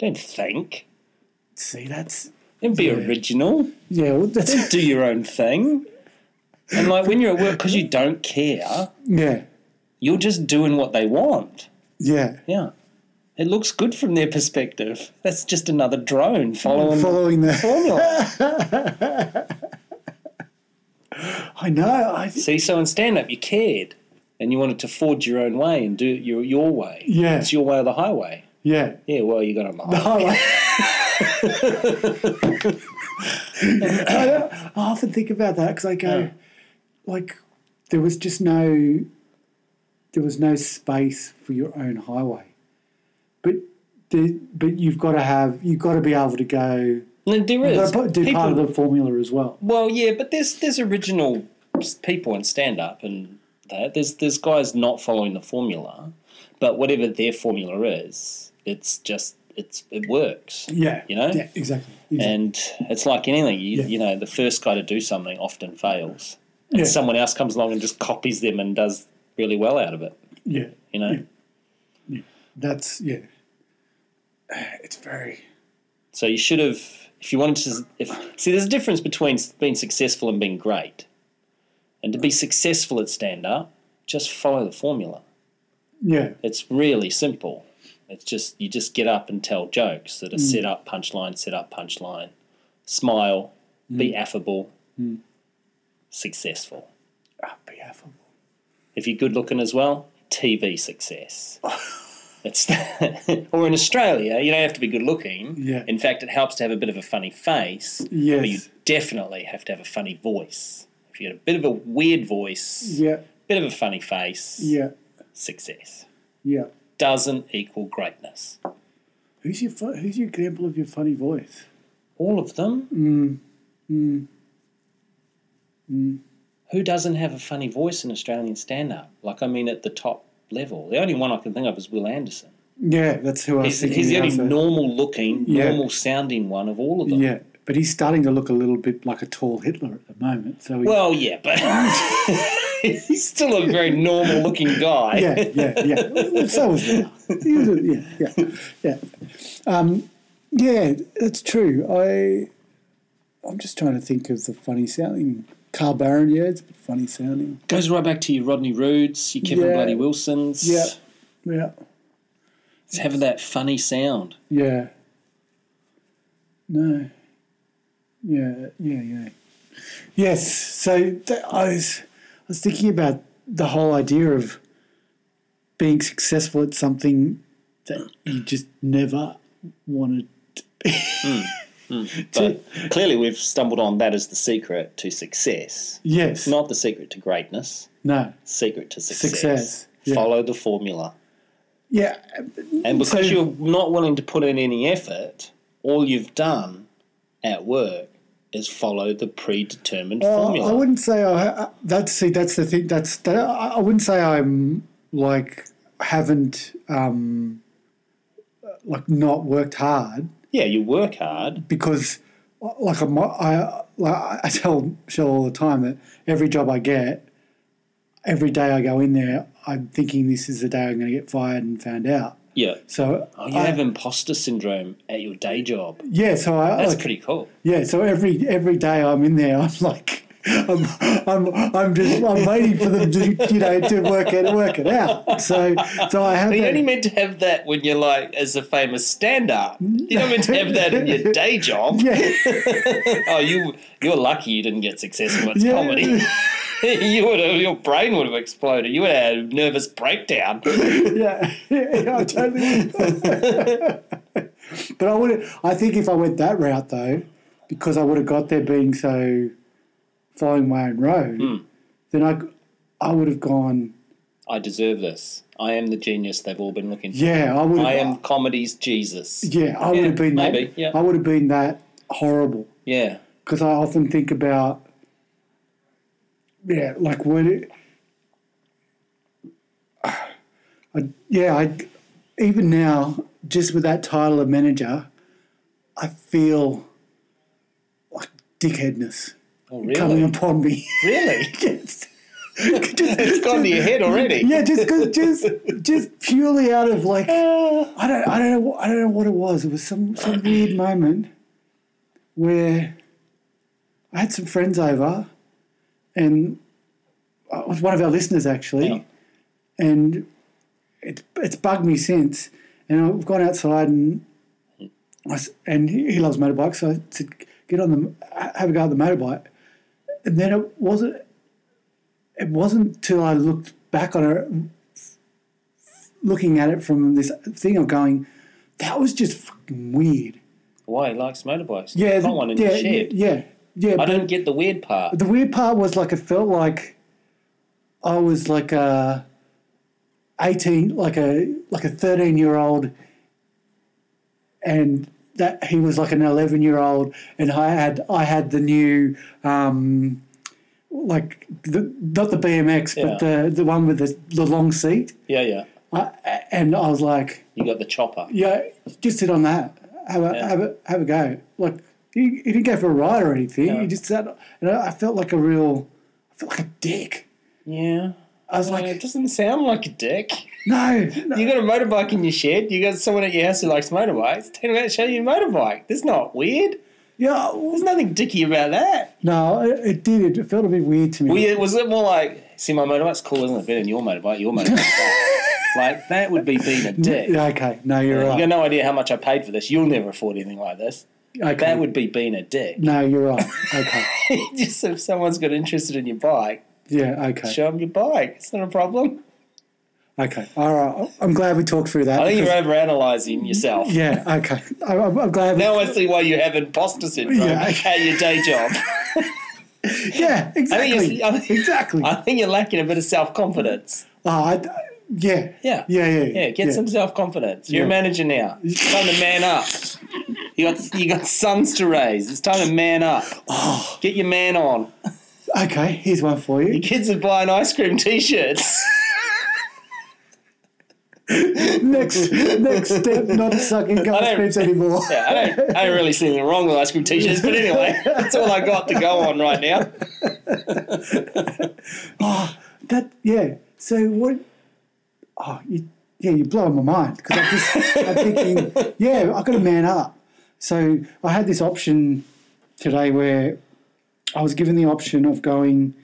S3: Don't think.
S4: See, that's
S3: Don't be
S4: Yeah.
S3: original.
S4: yeah. Well,
S3: Don't
S4: that's
S3: do your own thing. And like when you're at work, because you don't care,
S4: yeah,
S3: you're just doing what they want.
S4: yeah.
S3: Yeah. It looks good from their perspective. That's just another drone following
S4: Following the,
S3: formula.
S4: I know. I
S3: See, so in stand up, you cared and you wanted to forge your own way and do it your, your way.
S4: Yeah.
S3: It's your way or the highway.
S4: yeah.
S3: Yeah, well, you got on the highway.
S4: Oh, I, I, don't- I often think about that because I go,
S3: Yeah.
S4: like, there was just no, there was no space for your own highway, but the, but you've got to have you've got to be able to go
S3: No, there
S4: you've
S3: is.
S4: got to do
S3: People-
S4: part of the formula as well.
S3: Well, yeah, but there's there's original s- people in stand up and that there's there's guys not following the formula, but whatever their formula is, it's just it's it works.
S4: Yeah,
S3: You know?
S4: yeah, exactly. exactly.
S3: And it's like anything, you,
S4: Yeah.
S3: you know, the first guy to do something often fails, and
S4: Yeah.
S3: someone else comes along and just copies them and does really well out of it.
S4: yeah,
S3: You know,
S4: that's yeah. It's very
S3: so you should have if you wanted to. s- If see, there's a difference between s- being successful and being great, and to be successful at stand up, just follow the formula.
S4: yeah,
S3: It's really simple. It's just you just get up and tell jokes that are
S4: Hmm.
S3: set up punchline, set up punchline, smile,
S4: Hmm.
S3: be affable, successful.
S4: oh, be affable.
S3: If you're good looking as well, TV success. it's or in Australia, you don't have to be good looking.
S4: Yeah.
S3: In fact, it helps to have a bit of a funny face. But you
S4: Yes,
S3: definitely have to have a funny voice. If you got a bit of a weird voice,
S4: yeah,
S3: bit of a funny face,
S4: yeah,
S3: success
S4: yeah.
S3: doesn't equal greatness.
S4: Who's your fu- Who's your example of your funny voice?
S3: All of them.
S4: Mm.
S3: Who doesn't have a funny voice in Australian stand up? Like, I mean, at the top level. The only one I can think of is Will Anderson.
S4: Yeah, that's who I was
S3: He's,
S4: thinking.
S3: he's the only
S4: also.
S3: normal looking,
S4: Yeah.
S3: normal sounding one of all of them.
S4: yeah, but he's starting to look a little bit like a tall Hitler at the moment. So he,
S3: Well, yeah, but he's still a very normal looking guy.
S4: yeah, yeah, yeah. Well, so was Hitler. He was a- yeah, yeah, yeah. Um, yeah, that's true. I, I'm just trying to think of the funny sounding. Carl Baron, yeah, it's a bit funny sounding.
S3: Goes right back to your Rodney Roods, your Kevin
S4: Yeah.
S3: Bloody Wilsons.
S4: Yeah, yeah,
S3: It's having that funny sound.
S4: yeah. No. Yeah, yeah, yeah. Yes. So th- I was, I was thinking about the whole idea of being successful at something that you just never wanted.
S3: But clearly, we've stumbled on that as the secret to success.
S4: Yes.
S3: Not the secret to greatness,
S4: no.
S3: secret to success.
S4: Success, yeah.
S3: Follow the formula.
S4: Yeah.
S3: And
S4: So-
S3: because you're not willing to put in any effort, all you've done at work is follow the predetermined
S4: Oh, I, I
S3: formula.
S4: wouldn't say I. I- That's see. That's the thing. That's that. I, I wouldn't say I'm like haven't um like not worked hard.
S3: yeah, you work hard.
S4: because like I'm, I like I tell Shell all the time that every job I get, every day I go in there, I'm thinking this is the day I'm going to get fired and found out.
S3: Yeah.
S4: So
S3: Oh, you
S4: I-
S3: have imposter syndrome at your day job.
S4: yeah, so I
S3: That's
S4: like,
S3: pretty cool.
S4: yeah, so every every day I'm in there, I'm like. I'm, I'm, I'm just I'm waiting for them to you know to work it work it out. So so I have
S3: But
S4: that-
S3: you're only meant to have that when you're like as a famous stand-up. You're not meant to have that in your day job.
S4: yeah
S3: Oh, you you're lucky you didn't get successful at
S4: Yeah.
S3: comedy. you would have, your brain would have exploded. You would have had a nervous breakdown. But
S4: yeah, yeah, I totally. but I would. I think if I went that route though, because I would have got there being so following my own road,
S3: Hmm.
S4: then I, I would have gone.
S3: I deserve this. I am the genius they've all been looking for.
S4: Yeah, I would. Have,
S3: I am comedy's Jesus.
S4: Yeah, I would have been
S3: maybe,
S4: that.
S3: yeah.
S4: I would have been that horrible
S3: Yeah.
S4: because I often think about. Yeah, like would it? I, yeah, I even now, just with that title of manager, I feel like dickheadness
S3: Oh, really?
S4: coming upon me.
S3: Really?
S4: Yes. Just-
S3: It's gone to your head already.
S4: yeah, just 'cause- just just purely out of like I don't I don't know I don't know what it was. It was some some weird moment where I had some friends over, and it was one of our listeners actually,
S3: Yeah.
S4: and it, it's bugged me since. And I've gone outside and I s and he he loves motorbikes, so I said, "Get on the have a go at the motorbike." And then it wasn't it wasn't till I looked back on it, looking at it from this thing of going, that was just fucking weird.
S3: Why he likes motorbikes?
S4: Yeah,
S3: Got one in
S4: yeah,
S3: your shed.
S4: yeah, yeah.
S3: I
S4: but
S3: don't get the weird part.
S4: the weird part was like it felt like I was like a eighteen, like a like a thirteen year old, and that he was like an eleven year old, and I had I had the new. Um, like the, not the BMX, but the the one with the, the long seat,
S3: Yeah, yeah.
S4: I, and I was like,
S3: You got the chopper.
S4: yeah, just sit on that. Have a
S3: Yeah.
S4: have a have a go. Like he, he didn't go for a ride or anything. He
S3: Yeah.
S4: just sat. And I I felt like a real, I felt like a dick.
S3: Yeah.
S4: I was
S3: Like,
S4: like,
S3: it doesn't sound like a dick.
S4: no, no.
S3: You got a motorbike in your shed. You got someone at your house who likes motorbikes. Tell him about show you a motorbike. That's not weird.
S4: yeah,
S3: There's nothing dicky about that.
S4: no, it, it did. It felt a bit weird to me.
S3: Were you, was it more like, see, my motorbike's cool, isn't it? Better than your motorbike. Your motorbike's bad. Like, that would be being a dick.
S4: Yeah, okay, no, you're
S3: You got
S4: right.
S3: no idea how much I paid for this. You'll never afford anything like this.
S4: Okay.
S3: That would be being a dick.
S4: no, you're right. Okay,
S3: Just if someone's got interested in your bike,
S4: yeah, okay,
S3: show them your bike. It's not a problem.
S4: okay. All right, I'm glad we talked through that.
S3: I think you're
S4: because-
S3: overanalyzing yourself.
S4: yeah, okay. I, I'm, I'm glad. we-
S3: Now I see why you have imposter syndrome
S4: Yeah.
S3: at your day job.
S4: yeah, exactly,
S3: I think it's-
S4: exactly.
S3: I think you're lacking a bit of self confidence.
S4: Oh, I, yeah,
S3: Yeah.
S4: yeah, yeah,
S3: Yeah, get some self confidence. You're a
S4: Yeah.
S3: manager now. It's time to man up. You got you got sons to raise. It's time to man up.
S4: Oh.
S3: Get your man on.
S4: Okay, here's one for you.
S3: Kids are buying ice cream t-shirts.
S4: next next step, not sucking
S3: don't-
S4: gum strips anymore.
S3: Yeah, I don't, I don't really see anything wrong with ice cream t-shirts, but anyway, that's all I got to go on right now.
S4: That yeah. So what? Oh, you, yeah, you're blowing my mind because I'm just I'm thinking, yeah, I've got to man up. So I had this option today where I was given the option of going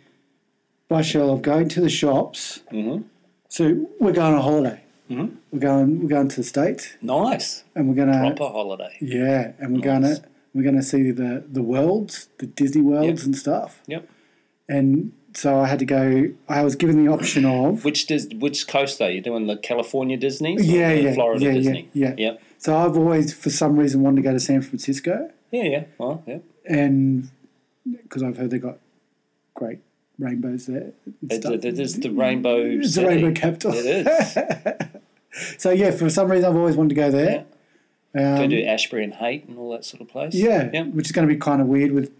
S4: by Shell of going to the shops. Mm-hmm. So we're going on holiday. Mm-hmm. We're going we're going to the states
S3: Nice,
S4: and we're gonna
S3: proper holiday.
S4: yeah, and we're
S3: Nice.
S4: gonna we're gonna see the the worlds, the Disney worlds
S3: Yep.
S4: and stuff.
S3: Yep.
S4: and so I had to go. I was given the option of
S3: Which Dis- which coast are you doing? The California Disney?
S4: yeah, yeah,
S3: Florida
S4: yeah,
S3: Disney.
S4: yeah, yeah.
S3: Yep.
S4: So I've always, for some reason, wanted to go to San Francisco,
S3: Yeah, yeah. Well, yeah.
S4: and because I've heard they got great rainbows there. and
S3: It's,
S4: stuff.
S3: it is the rainbow.
S4: It's the
S3: city.
S4: rainbow capital.
S3: It is.
S4: So yeah, for some reason, I've always wanted to go there.
S3: Go
S4: Um,
S3: do Ashbury and Haight and all that sort of place.
S4: yeah,
S3: Yeah.
S4: which is going to be kind of weird with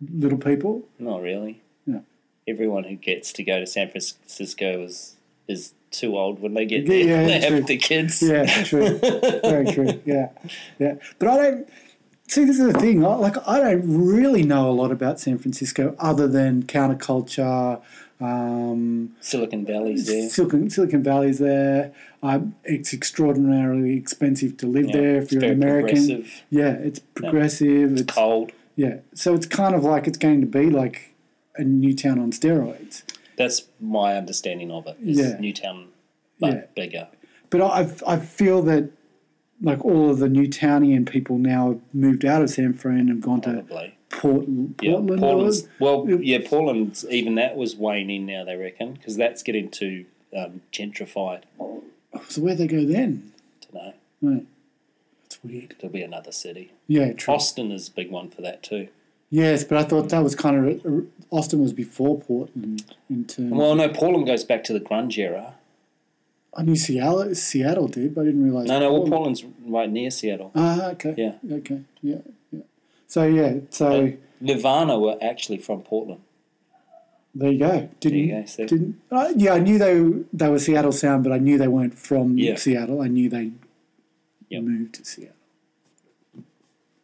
S4: little people.
S3: Not really.
S4: No.
S3: Everyone who gets to go to San Francisco is is too old when they get
S4: Yeah,
S3: there.
S4: yeah,
S3: they have
S4: true.
S3: the kids.
S4: Yeah, true. Very true. Yeah, yeah. But I don't see. This is the thing. I, like, I don't really know a lot about San Francisco other than counterculture. Um,
S3: Silicon Valley's there.
S4: Silicon Silicon Valley's there. Um, it's extraordinarily expensive to live
S3: Yeah,
S4: there if
S3: it's
S4: you're an
S3: very
S4: American.
S3: progressive.
S4: Yeah, it's progressive. It's,
S3: Cold.
S4: yeah. So it's kind of like it's going to be like a new town on steroids.
S3: That's my understanding of it. Is
S4: Yeah.
S3: Newtown, but
S4: Yeah.
S3: bigger.
S4: But I I've- I feel that like all of the Newtownian people now have moved out of San Fran and have gone to
S3: Probably.
S4: Port,
S3: Yeah.
S4: Portland. or
S3: Portland's,
S4: what?
S3: well, yeah, Portland's even that was waning now, they reckon, because that's getting too um, gentrified.
S4: So where they go then?
S3: To know,
S4: Right. That's weird.
S3: there'll be another city.
S4: Yeah, true.
S3: Austin is a big one for that too.
S4: Yes, but I thought that was kind of Austin was before Portland in terms.
S3: Well, no, Portland goes back to the grunge era.
S4: I knew Seattle, Seattle did, but I didn't realize.
S3: No, no, well, Portland's right near Seattle.
S4: Ah, okay.
S3: Yeah.
S4: Okay. Yeah. Yeah. So yeah. So
S3: Nirvana were actually from Portland.
S4: there you go. Didn't.
S3: you go, see?
S4: Didn't. Uh, yeah, I knew they they were Seattle sound, but I knew they weren't from
S3: Yeah.
S4: Seattle. I knew they
S3: Yep.
S4: moved to Seattle.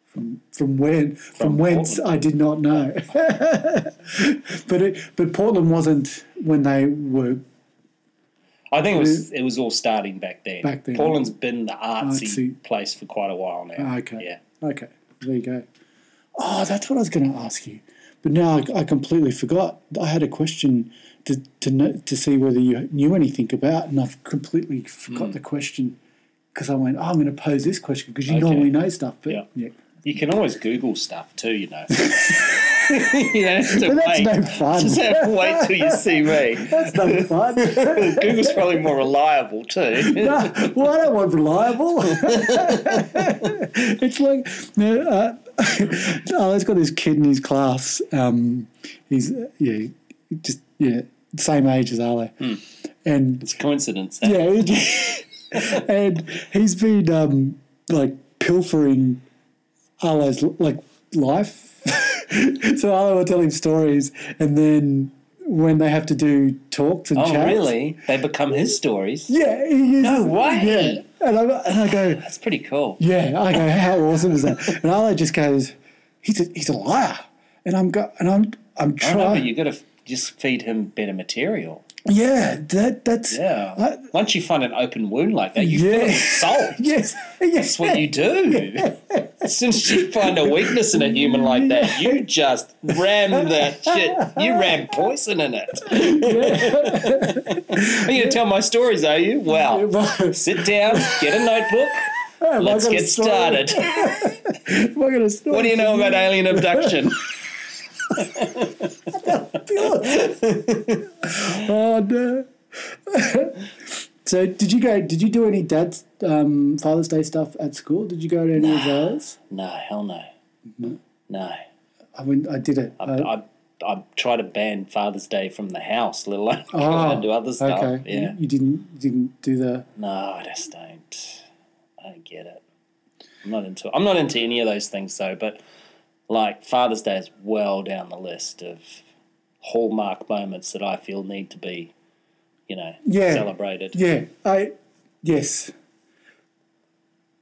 S4: from from when from,
S3: From
S4: whence
S3: Portland.
S4: I did not know. but it, but Portland wasn't when they were
S3: I think it was it was all starting back then.
S4: Back then.
S3: Portland's been the artsy,
S4: Artsy.
S3: place for quite a while now.
S4: Ah, okay.
S3: Yeah.
S4: Okay, there you go. Oh, that's what I was going to ask you, but now I, I completely forgot. I had a question to to know, to see whether you knew anything about, and I've completely
S3: Hmm.
S4: forgot the question because I went, oh, I'm going to pose this question because you
S3: Okay.
S4: normally know stuff, but
S3: Yeah.
S4: yeah.
S3: You can always Google stuff too, you know. you don't have to
S4: But that's
S3: wait.
S4: no fun.
S3: Just have to wait till you see me.
S4: That's no fun.
S3: Google's probably more reliable too.
S4: well, I don't want reliable. it's like no, uh, oh, I've got this kid in his class. Um, he's uh, yeah, just yeah, same age as Ale,
S3: Hmm.
S4: and
S3: It's a coincidence. That.
S4: yeah, it- and he's been um, like pilfering Arlo's like life. so Arlo will tell him stories, and then when they have to do talks and
S3: Oh,
S4: chats,
S3: really? They become his stories.
S4: Yeah, he is.
S3: No way.
S4: Yeah, and I, and I go,
S3: That's pretty cool.
S4: yeah, I go, how awesome is that? And Arlo just goes, he's a, he's a liar, and I'm go, and I'm I'm
S3: I know, but
S4: trying.
S3: you got to just feed him better material.
S4: Yeah, that that's
S3: Yeah.
S4: I-
S3: Once you find an open wound like that, you
S4: Yeah.
S3: feel it with salt.
S4: yes, yes.
S3: That's what you do. As soon as you find a weakness in a human like that, you just ram that shit. You ram poison in it. Are you going to tell my stories, are you? Well, sit down, get a notebook, let's get started. What do you know about alien abduction?
S4: Oh no. so did you go? Did you do any dad's um, Father's Day stuff at school? Did you go to any of those?
S3: No, hell no.
S4: Mm-hmm.
S3: No.
S4: I went. I did it. Oh, I,
S3: I, I try to ban Father's Day from the house, let alone go
S4: Ah,
S3: and do other stuff.
S4: Okay. You-
S3: Yeah.
S4: You, didn't. You didn't do the.
S3: No, I just don't. I don't get it. I'm not into. I'm not into any of those things though. But like Father's Day is well down the list of hallmark moments that I feel need to be, you know,
S4: Yeah.
S3: celebrated.
S4: Yeah. I. Yes.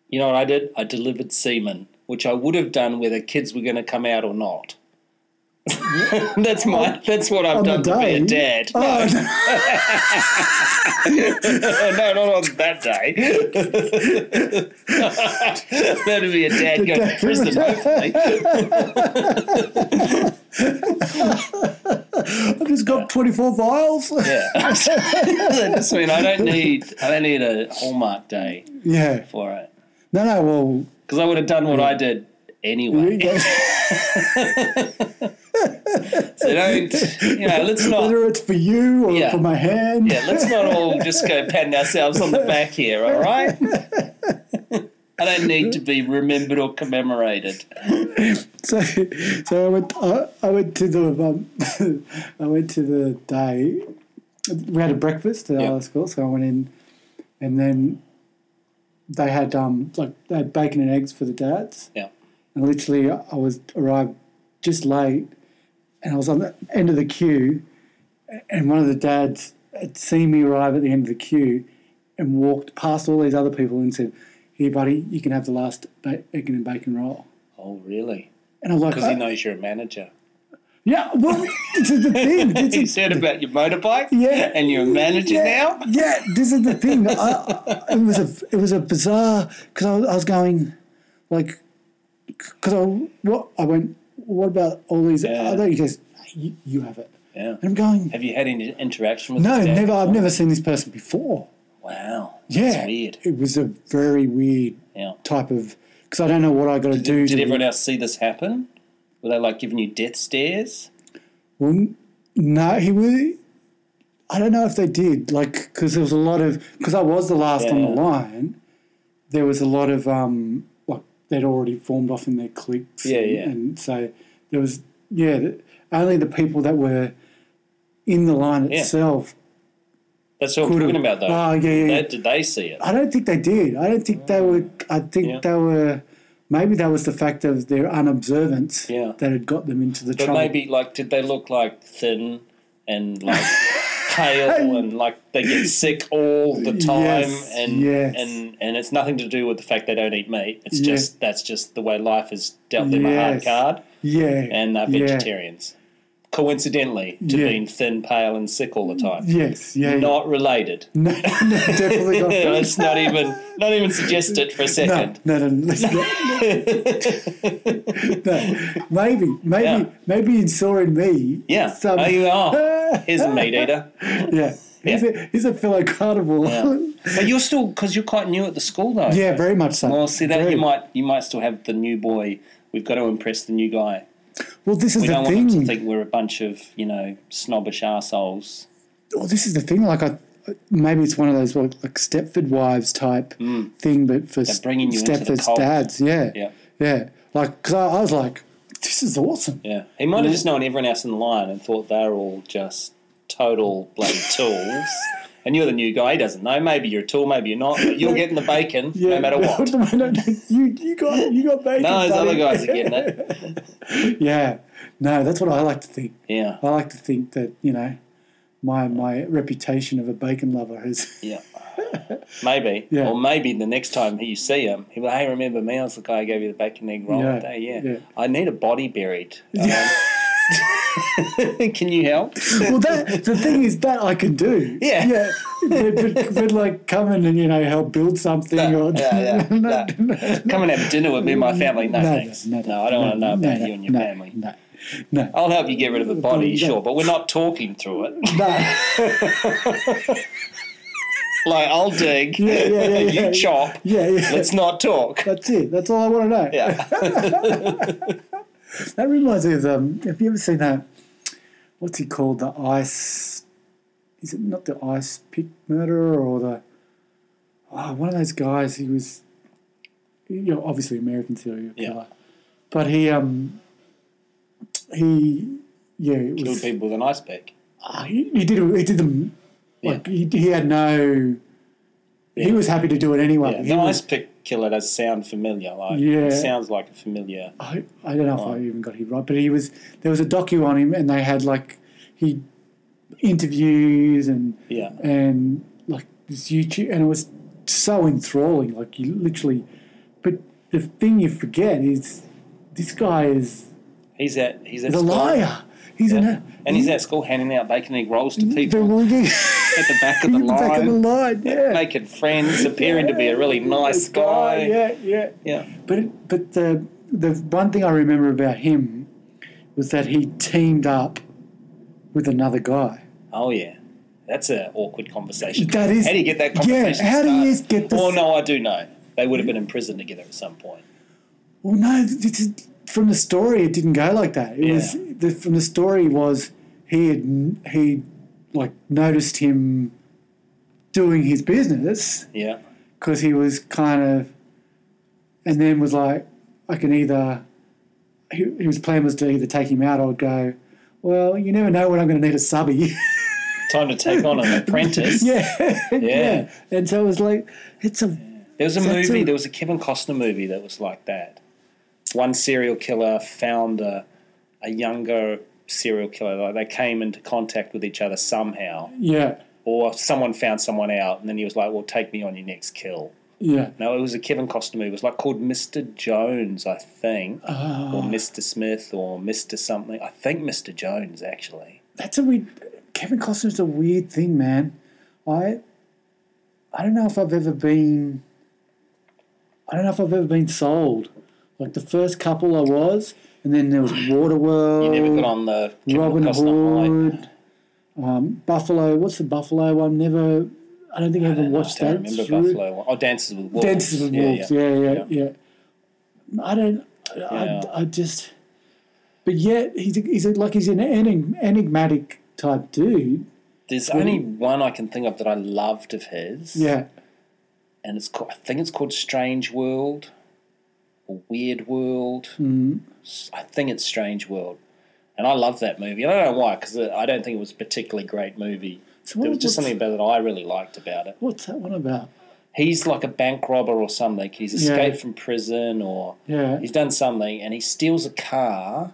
S3: You know what I did? I delivered semen, which I would have done whether kids were going to come out or not. that's my. That's what I've
S4: the
S3: done to be a
S4: day?
S3: dad.
S4: Oh, no.
S3: no, not on that day. That'd be a dad going to prison, hopefully.
S4: I've just got twenty-four vials.
S3: Yeah. that just mean I don't need I don't need a hallmark day
S4: yeah.
S3: for it
S4: No. No. Well.
S3: because I would have done what I did anyway. So don't you know? Let's not.
S4: Whether it's for you or
S3: Yeah.
S4: for my hand.
S3: Yeah, let's not all just go patting ourselves on the back here. All right. I don't need to be remembered or commemorated.
S4: So, so I went. I, I went to the. Um, I went to the day. We had a breakfast at
S3: Yeah.
S4: our school, so I went in, and then they had um like they had bacon and eggs for the dads,
S3: Yeah.
S4: and literally I was arrived just late, and I was on the end of the queue, and one of the dads had seen me arrive at the end of the queue, and walked past all these other people and said, "Here, buddy, you can have the last ba- egg and bacon roll."
S3: Oh, really?
S4: And I'm like,
S3: Because he
S4: "Uh,
S3: knows you're a manager.
S4: Yeah, well, this is the thing. This
S3: He
S4: is,
S3: said about your motorbike.
S4: Yeah.
S3: And you're a manager
S4: yeah,
S3: now.
S4: yeah, this is the thing. I, I- it was a it was a bizarre because I, was- I was going like because I what I went. What about all these?
S3: Yeah.
S4: Other, he goes, you, you have it,
S3: Yeah.
S4: and I'm going.
S3: Have you had any interaction with?
S4: No,
S3: the dad?
S4: never. I've never seen this person before.
S3: Wow.
S4: Yeah,
S3: That's weird.
S4: It was a very weird
S3: Yeah.
S4: type of because I don't know what I got to do.
S3: Did
S4: to-
S3: everyone else see this happen? Were they like giving you death stares?
S4: Well, no, he was. I don't know if they did, like, because there was a lot of because I was the last on the
S3: Yeah.
S4: line. There was a lot of um, like they'd already formed off in their cliques.
S3: Yeah,
S4: and,
S3: yeah.
S4: And so there was yeah, th- only the people that were in the line itself.
S3: That's what I'm
S4: Could've-
S3: talking about, though.
S4: Oh, yeah, yeah,
S3: They-
S4: yeah.
S3: Did they see it?
S4: I don't think they did. I don't think they were. I think
S3: Yeah.
S4: they were. Maybe that was the fact of their unobservance
S3: Yeah.
S4: that had got them into the
S3: But
S4: trouble.
S3: maybe, like, did they look like thin and like pale and like they get sick all the time
S4: Yes,
S3: and
S4: yes.
S3: and and it's nothing to do with the fact they don't eat meat. It's
S4: Yeah.
S3: just that's just the way life has dealt them a hard
S4: Yes.
S3: card
S4: Yeah.
S3: and they're
S4: yeah.
S3: vegetarians. Coincidentally to
S4: Yeah.
S3: being thin, pale and sick all the time.
S4: Yes. Yeah.
S3: Not related.
S4: No, no, definitely not.
S3: Let's not even not even suggest it for a
S4: No,
S3: second.
S4: no, no, let's not. No, maybe, maybe,
S3: Yeah.
S4: maybe you saw in me.
S3: Yeah.
S4: Some,
S3: Oh, you are. Here's a meat eater.
S4: yeah. He's, a, he's a fellow carnivore. Yeah,
S3: But you're still because you're quite new at the school though.
S4: very much so.
S3: Well, see that
S4: Very-
S3: you might you might still have the new boy. We've got to impress the new guy.
S4: Well, this is
S3: We
S4: the
S3: don't want them
S4: thing.
S3: to think we're a bunch of you know snobbish assholes.
S4: well, Oh, this is the thing. Like, I maybe it's one of those like, like Stepford wives type thing, but for s-
S3: Hmm. bringing you into the
S4: Stepford's
S3: cult.
S4: dads. Yeah,
S3: Yeah.
S4: yeah. Like, because I, I was like, this is awesome.
S3: Yeah, he might have just known everyone else in the line and thought they're all just total bloody tools. And you're the new guy. He doesn't know. Maybe you're a tool. Maybe you're not. But you're getting the bacon no matter what.
S4: No, no, no, you, you got you got bacon.
S3: No, those other
S4: buddy.
S3: guys are getting it.
S4: Yeah, no, that's what I like to think.
S3: Yeah,
S4: I like to think that you know, my my reputation of a bacon lover has.
S3: yeah. Maybe.
S4: Yeah.
S3: Or maybe the next time you see him, he'll be like, hey, remember me? I was the guy who gave you the bacon egg roll
S4: Yeah,
S3: that day. Yeah.
S4: yeah.
S3: I need a body buried. Um, can you help?
S4: Well, that the thing is that I can do.
S3: Yeah.
S4: yeah. But, but, but like coming and you know help build something
S3: No,
S4: or
S3: yeah, yeah,
S4: no,
S3: no. Come and have dinner with me and my family. No,
S4: no,
S3: thanks. No, I don't want to know about
S4: no,
S3: you and your
S4: no,
S3: family.
S4: No, no,
S3: I'll help you get rid of the body,
S4: Body, yeah.
S3: sure, but we're not talking through it.
S4: no.
S3: like, I'll dig,
S4: Yeah, yeah, yeah, yeah.
S3: you chop,
S4: yeah, yeah.
S3: let's not talk.
S4: that's it. That's all I want to know.
S3: Yeah.
S4: That reminds me of um, have you ever seen that? What's he called? The ice? Is it not the ice pick murderer or the? Oh, one of those guys. He was, you know, obviously American serial
S3: Yeah.
S4: killer, but he um, he yeah, it
S3: Killed
S4: was,
S3: people with an ice pick.
S4: Ah, he, he did he did them like he, he had no. He was happy to do it anyway.
S3: Yeah,
S4: He
S3: the
S4: was-
S3: ice pick killer does sound familiar. Like,
S4: Yeah.
S3: it sounds like a familiar.
S4: I, I don't know if I even got he right, but he was there was a docu on him, and they had like he interviews and
S3: Yeah.
S4: and like this YouTube, and it was so enthralling. Like you literally, but the thing you forget is this guy is
S3: He's at he's at
S4: the
S3: school.
S4: liar. He's
S3: Yeah.
S4: an
S3: And he's at school handing out bacon egg rolls to
S4: Mm-hmm. they're
S3: people
S4: really
S3: at the back of the line,
S4: back in the line. Yeah,
S3: making friends, appearing to be a really nice guy.
S4: Yeah, yeah.
S3: yeah.
S4: But it, but the the one thing I remember about him was that he teamed up with another guy.
S3: Oh yeah, that's an awkward conversation.
S4: That is-
S3: How do you get that
S4: yeah,
S3: conversation?
S4: how do you
S3: started?
S4: get this-
S3: Oh no, I do know. They would have been in prison together at some point.
S4: Well, no, this is, from the story it didn't go like that. It was
S3: Yeah.
S4: the, from the story was he had n- he like noticed him doing his business
S3: Yeah,
S4: because he was kind of, and then was like, I can either. He, his plan was to either take him out or go. Well, you never know when I'm going to need a subby.
S3: time to take on an apprentice.
S4: yeah,
S3: Yeah.
S4: And so it was like, it's a
S3: There was a
S4: That's
S3: movie.
S4: it.
S3: There was a Kevin Costner movie that was like that. One serial killer found a, a younger serial killer. Like they came into contact with each other somehow,
S4: yeah,
S3: or someone found someone out, and then he was like, "Well, take me on your next kill."
S4: yeah.
S3: No, it was a Kevin Costner movie. It was like called Mr. Jones, I think,
S4: Oh. uh,
S3: or Mr. Smith, or Mr. something. I think Mr. Jones actually.
S4: That's a weird. Kevin Costner's a weird thing, man. I I don't know if I've ever been. I don't know if I've ever been sold. Like the first couple I was, and then there was Waterworld,
S3: You never got on the Kevin
S4: Robin
S3: Costner
S4: Hood, um, Buffalo. What's the Buffalo one? Never. I don't think I ever
S3: high.
S4: watched
S3: I
S4: that.
S3: don't remember
S4: through.
S3: Buffalo. One. Oh, Dances with Wolves.
S4: Dances with
S3: Yeah,
S4: Wolves. Yeah, yeah, yeah. I don't. I,
S3: Yeah.
S4: I, I just. But yet he's he's like he's an enig- enigmatic type dude.
S3: There's only one I can think of that I loved of his.
S4: Yeah.
S3: and it's called, I think it's called Strange World or Weird World.
S4: Mm.
S3: S- I think it's Strange World, and I love that movie. I don't know why because I don't think it was a particularly great movie.
S4: So
S3: there
S4: what-
S3: was just
S4: what's-
S3: something about it I really liked about it.
S4: What's that one about?
S3: He's like a bank robber or something. He's
S4: Yeah.
S3: escaped from prison or
S4: Yeah.
S3: he's done something, and he steals a car,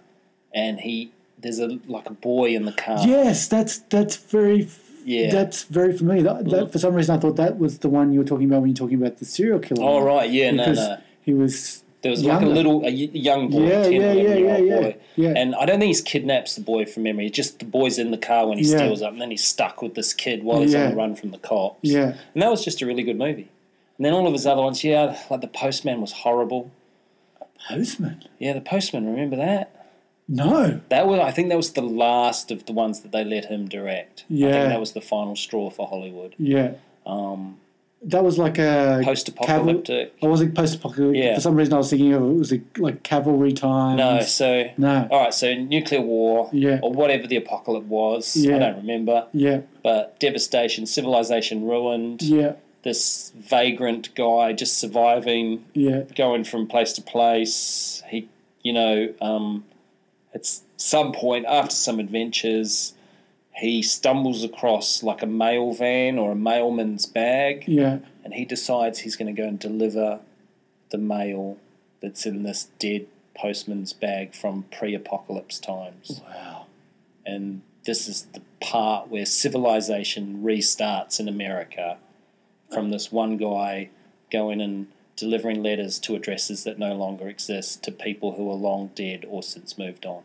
S3: and he there's a like a boy in the car.
S4: Yes, that's that's very
S3: uh, Yeah.
S4: that's very familiar. That, that, for some reason, I thought that was the one you were talking about when you were talking about the serial killer.
S3: Oh right, yeah, no,
S4: because
S3: no.
S4: he was.
S3: There was like a
S4: younger.
S3: little a y- young boy,
S4: Yeah,
S3: 10,
S4: yeah,
S3: 11 year
S4: yeah,
S3: old
S4: yeah, yeah,
S3: boy.
S4: yeah.
S3: And I don't think he's kidnaps the boy from memory. It's just the boy's in the car when he
S4: Yeah.
S3: steals up, and then he's stuck with this kid while he's on
S4: Yeah.
S3: the run from the cops.
S4: Yeah.
S3: And that was just a really good movie. And then all of his other ones, yeah, like The Postman was horrible.
S4: postman.
S3: Yeah, The Postman, remember that?
S4: No,
S3: That was, I think that was the last of the ones that they let him direct. I
S4: Yeah.
S3: think that was the final straw for Hollywood.
S4: yeah,
S3: Um,
S4: that was like a
S3: Post-apocalyptic.
S4: Caval- I wasn't post-apocalyptic.
S3: Yeah.
S4: For some reason, I was thinking of it was like cavalry times.
S3: no, so
S4: no,
S3: all right, so nuclear war,
S4: Yeah.
S3: or whatever the apocalypse was. I
S4: Yeah.
S3: don't remember.
S4: yeah,
S3: but devastation, civilization ruined.
S4: yeah,
S3: This vagrant guy just surviving,
S4: yeah,
S3: going from place to place. He, you know, um, at s- some point after some adventures, he stumbles across like a mail van or a mailman's bag,
S4: yeah,
S3: and he decides he's going to go and deliver the mail that's in this dead postman's bag from pre-apocalypse times
S4: wow,
S3: and this is the part where civilization restarts in America from this one guy going and delivering letters to addresses that no longer exist to people who are long dead or since moved on.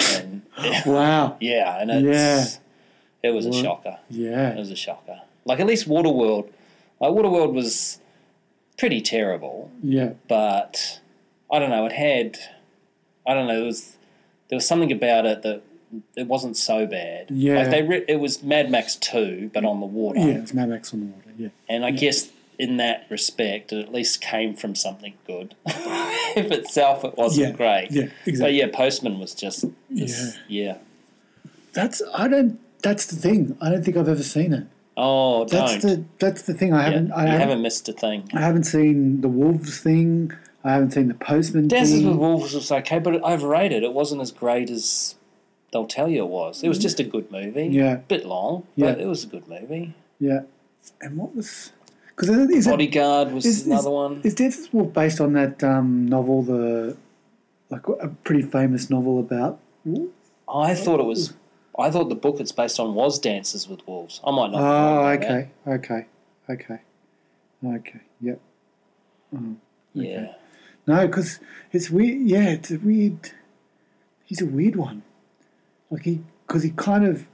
S3: and
S4: wow,
S3: yeah, and it's it was a
S4: Wha-
S3: shocker. It
S4: yeah,
S3: was a shocker. Like at least Waterworld, like Waterworld was pretty terrible
S4: yeah,
S3: but I don't know. It had, I don't know. There was there was something about it that it wasn't so bad.
S4: Yeah.
S3: like they re- it was Mad Max Two, but on the water.
S4: yeah. It's Mad Max on the water. Yeah,
S3: And I guess in that respect, it at least came from something good. if itself, it wasn't
S4: Yeah,
S3: great.
S4: yeah,
S3: But
S4: exactly.
S3: yeah, Postman was just this, yeah.
S4: That's I don't. That's the thing. I don't think I've ever seen it.
S3: Oh, don't.
S4: That's the that's the thing. I
S3: yeah.
S4: haven't. I
S3: you
S4: haven't,
S3: haven't missed a thing.
S4: I haven't seen the wolves thing. I haven't seen the postman
S3: Dances with
S4: thing.
S3: Wolves was okay, but overrated. It wasn't as great as they'll tell you it was. It was just a good movie.
S4: Mm. Yeah.
S3: bit long, but
S4: Yeah.
S3: it was a good movie.
S4: Yeah, and what was because is it
S3: Bodyguard was
S4: is,
S3: another
S4: is,
S3: one.
S4: Is Dances with Wolves based on that um, novel, the like a pretty famous novel about? wolves?
S3: I thought it was. I thought the book it's based on was Dances with Wolves. I might not. be wrong
S4: Oh,
S3: about that.
S4: okay, okay, okay, okay. Yep.
S3: Yeah.
S4: No, because it's weird. Yeah, it's a weird. He's a weird one. Like he, because he kind of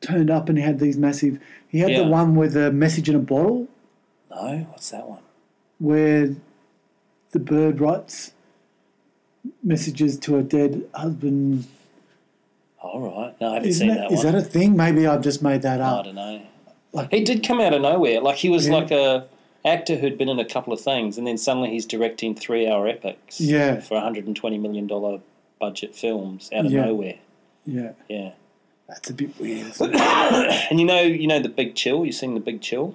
S4: turned up and had these massive. He had
S3: Yeah.
S4: the one with a message in a bottle,
S3: No, what's that one?
S4: where the bird writes messages to a dead husband.
S3: All right. No, I haven't
S4: Is
S3: seen
S4: that,
S3: that,
S4: is
S3: one.
S4: that a thing? Maybe I've just made that
S3: I
S4: up.
S3: don't know.
S4: Uh, Like-
S3: he did come out of nowhere. Like he was
S4: Yeah.
S3: like a actor who'd been in a couple of things, and then suddenly he's directing three-hour epics.
S4: Yeah.
S3: For 120 million dollar budget films out of
S4: Yeah.
S3: nowhere.
S4: Yeah,
S3: Yeah.
S4: that's a bit weird. isn't it?
S3: And you know, you know the Big Chill. You seen the Big Chill?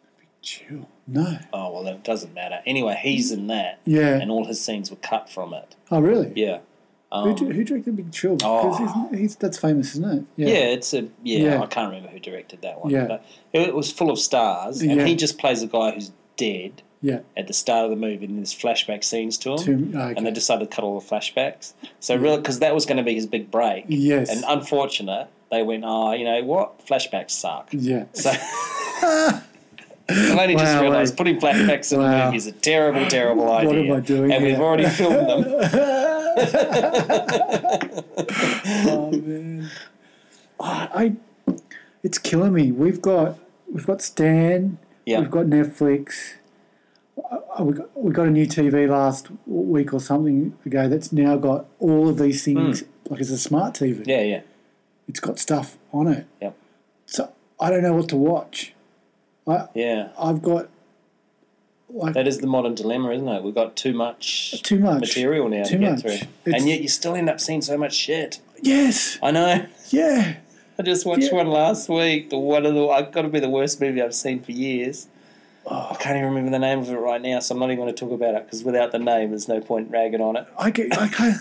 S4: Chill. No.
S3: Oh well, that doesn't matter. Anyway, he's in that.
S4: Yeah.
S3: and all his scenes were cut from it.
S4: oh, really?
S3: Yeah.
S4: Who,
S3: Um,
S4: di- who directed Big Chill?
S3: Oh.
S4: Because he's, he's, that's famous, isn't it?
S3: yeah. it's a yeah,
S4: Yeah.
S3: I can't remember who directed that one,
S4: Yeah.
S3: but it, it was full of stars, and
S4: Yeah.
S3: he just plays a guy who's dead
S4: Yeah.
S3: at the start of the movie, and there's flashback scenes to him,
S4: Two, okay.
S3: and they decided to cut all the flashbacks. So really, because that was going to be his big break,
S4: Yes.
S3: and unfortunate, they went, oh, you know what, flashbacks suck.
S4: yeah.
S3: So. I've only just
S4: Wow,
S3: realised
S4: eh?
S3: putting flashbacks in a
S4: Wow.
S3: movie is a terrible, terrible idea.
S4: am I doing
S3: And we've
S4: here?
S3: already filmed them.
S4: oh man, I, I- it's killing me. We've got we've got Stan.
S3: Yeah.
S4: We've got Netflix. Uh, We got, we got a new TV last week or something ago that's now got all of these
S3: Hmm.
S4: things. Like it's a smart TV.
S3: Yeah, yeah.
S4: It's got stuff on it.
S3: Yep.
S4: So I don't know what to watch. I
S3: Yeah.
S4: I've got like
S3: That is the modern dilemma, isn't it? We've got too much,
S4: Too much.
S3: material now to
S4: Too
S3: get
S4: much.
S3: through.
S4: It's-
S3: And yet you still end up seeing so much shit.
S4: yes,
S3: I know.
S4: yeah.
S3: I just watched
S4: Yeah.
S3: one last week. The one of the I've got to be the worst movie I've seen for years.
S4: Oh,
S3: I can't even remember the name of it right now, so I'm not even going to talk about it because without the name, there's no point ragging on it.
S4: I get, I can't.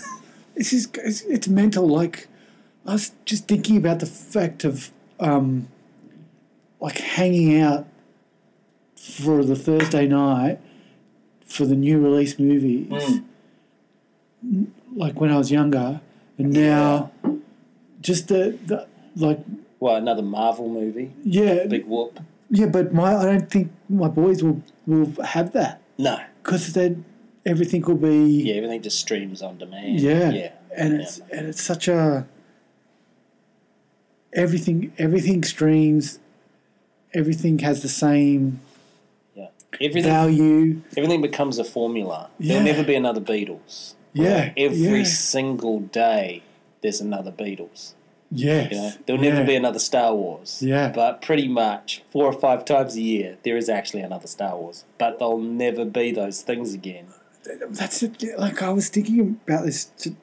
S4: This is it's, it's mental. Like I was just thinking about the fact of um, like hanging out for the Thursday night for the new release movies,
S3: Hmm.
S4: like when I was younger, and now just the, the like
S3: Well, another Marvel movie,
S4: yeah
S3: Big Whoop.
S4: yeah. But my I don't think my boys will will have that
S3: No,
S4: because they everything will be
S3: yeah, everything just streams on demand.
S4: Yeah.
S3: yeah,
S4: And
S3: yeah.
S4: it's and it's such a everything everything streams, everything has the same
S3: yeah. everything
S4: value.
S3: everything becomes a formula.
S4: Yeah.
S3: There'll never be another Beatles.
S4: Yeah.
S3: Every
S4: yeah,
S3: single day, there's another Beatles.
S4: yes.
S3: You know, there'll never
S4: yeah,
S3: be another Star Wars.
S4: Yeah.
S3: But pretty much four or five times a year, there is actually another Star Wars. But they'll never be those things again.
S4: that's it. yeah, Like I was thinking about this. To,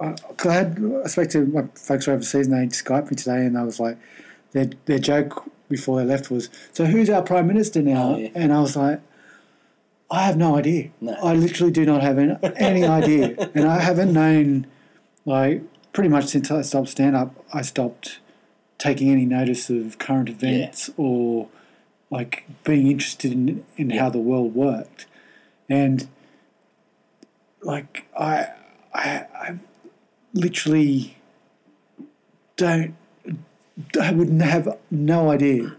S4: I, 'cause I, had, I spoke to my folks overseas and they Skyped me today and I was like, their, their joke before they left was, so who's our prime minister now?
S3: Oh, yeah.
S4: And I was like, I have no idea.
S3: No.
S4: I literally do not have any, any idea. And I haven't known, like, pretty much since I stopped stand up, I stopped taking any notice of current events or like being interested in, in how the world worked. And like, I, I, I literally don't, I wouldn't have no idea.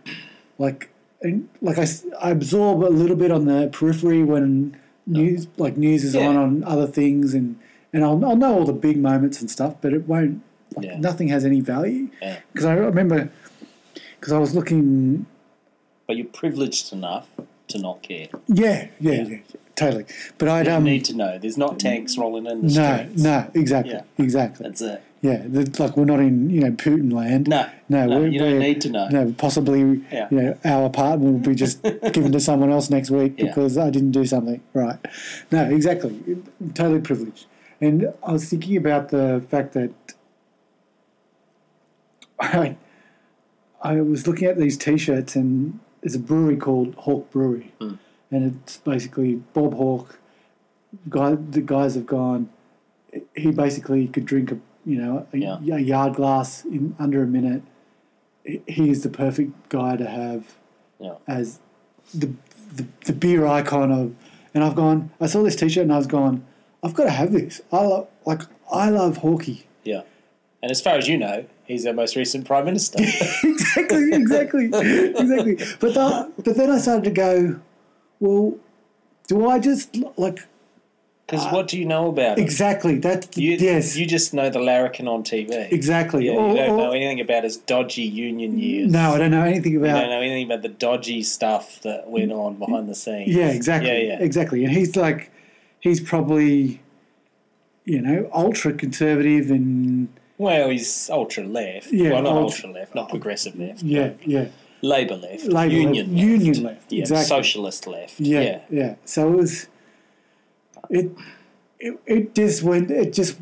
S4: Like, and like I, s- I absorb a little bit on the periphery when news like news is
S3: Yeah.
S4: on on other things and and I'll, I'll know all the big moments and stuff but it won't like
S3: Yeah.
S4: nothing has any value
S3: Yeah.
S4: because I remember because I was looking
S3: But you're privileged enough to not care.
S4: yeah yeah yeah, totally but I'd
S3: You
S4: um
S3: need to know. There's not tanks rolling in the
S4: no
S3: streets.
S4: no exactly
S3: Yeah.
S4: exactly
S3: That's it.
S4: yeah that's like we're not in you know Putin land
S3: No.
S4: no,
S3: no
S4: we're,
S3: you don't
S4: we're-
S3: need to know.
S4: No, possibly
S3: Yeah.
S4: you know, our apartment will be just given to someone else next week
S3: Yeah.
S4: because I didn't do something right. No, exactly. I'm totally privileged. And I was thinking about the fact that I, I was looking at these T-shirts and there's a brewery called Hawk Brewery,
S3: Hmm.
S4: and it's basically Bob Hawk. Guy, the guys have gone. He basically could drink a you know a,
S3: Yeah.
S4: a yard glass in under a minute. He- He is the perfect guy to have
S3: Yeah.
S4: as the, the the beer icon of. And I've gone. I saw this T-shirt and I was gone. I've got to have this. I love like I love Hawkey.
S3: Yeah. And as far as you know, he's our most recent prime minister.
S4: exactly, exactly, exactly. But the, but then I started to go, well, do I just like
S3: Because what do you know about him?
S4: exactly that?
S3: You,
S4: yes,
S3: You just know the larrikin on TV.
S4: exactly.
S3: Yeah,
S4: Or-
S3: you don't
S4: or-
S3: know anything about his dodgy union years.
S4: no, I don't know anything
S3: You
S4: about.
S3: don't know anything about the dodgy stuff that went on behind the scenes.
S4: Yeah, exactly,
S3: Yeah, yeah.
S4: exactly. And he's like, he's probably, you know, ultra conservative and
S3: Well, he's ultra left.
S4: Yeah,
S3: well, not
S4: ultra-
S3: ultra, left, not progressive left.
S4: yeah, yeah,
S3: Labour left.
S4: Labour
S3: union
S4: left, union left,
S3: Yeah,
S4: exactly.
S3: socialist left.
S4: Yeah, yeah,
S3: yeah.
S4: So it was, it, it, it just went. It just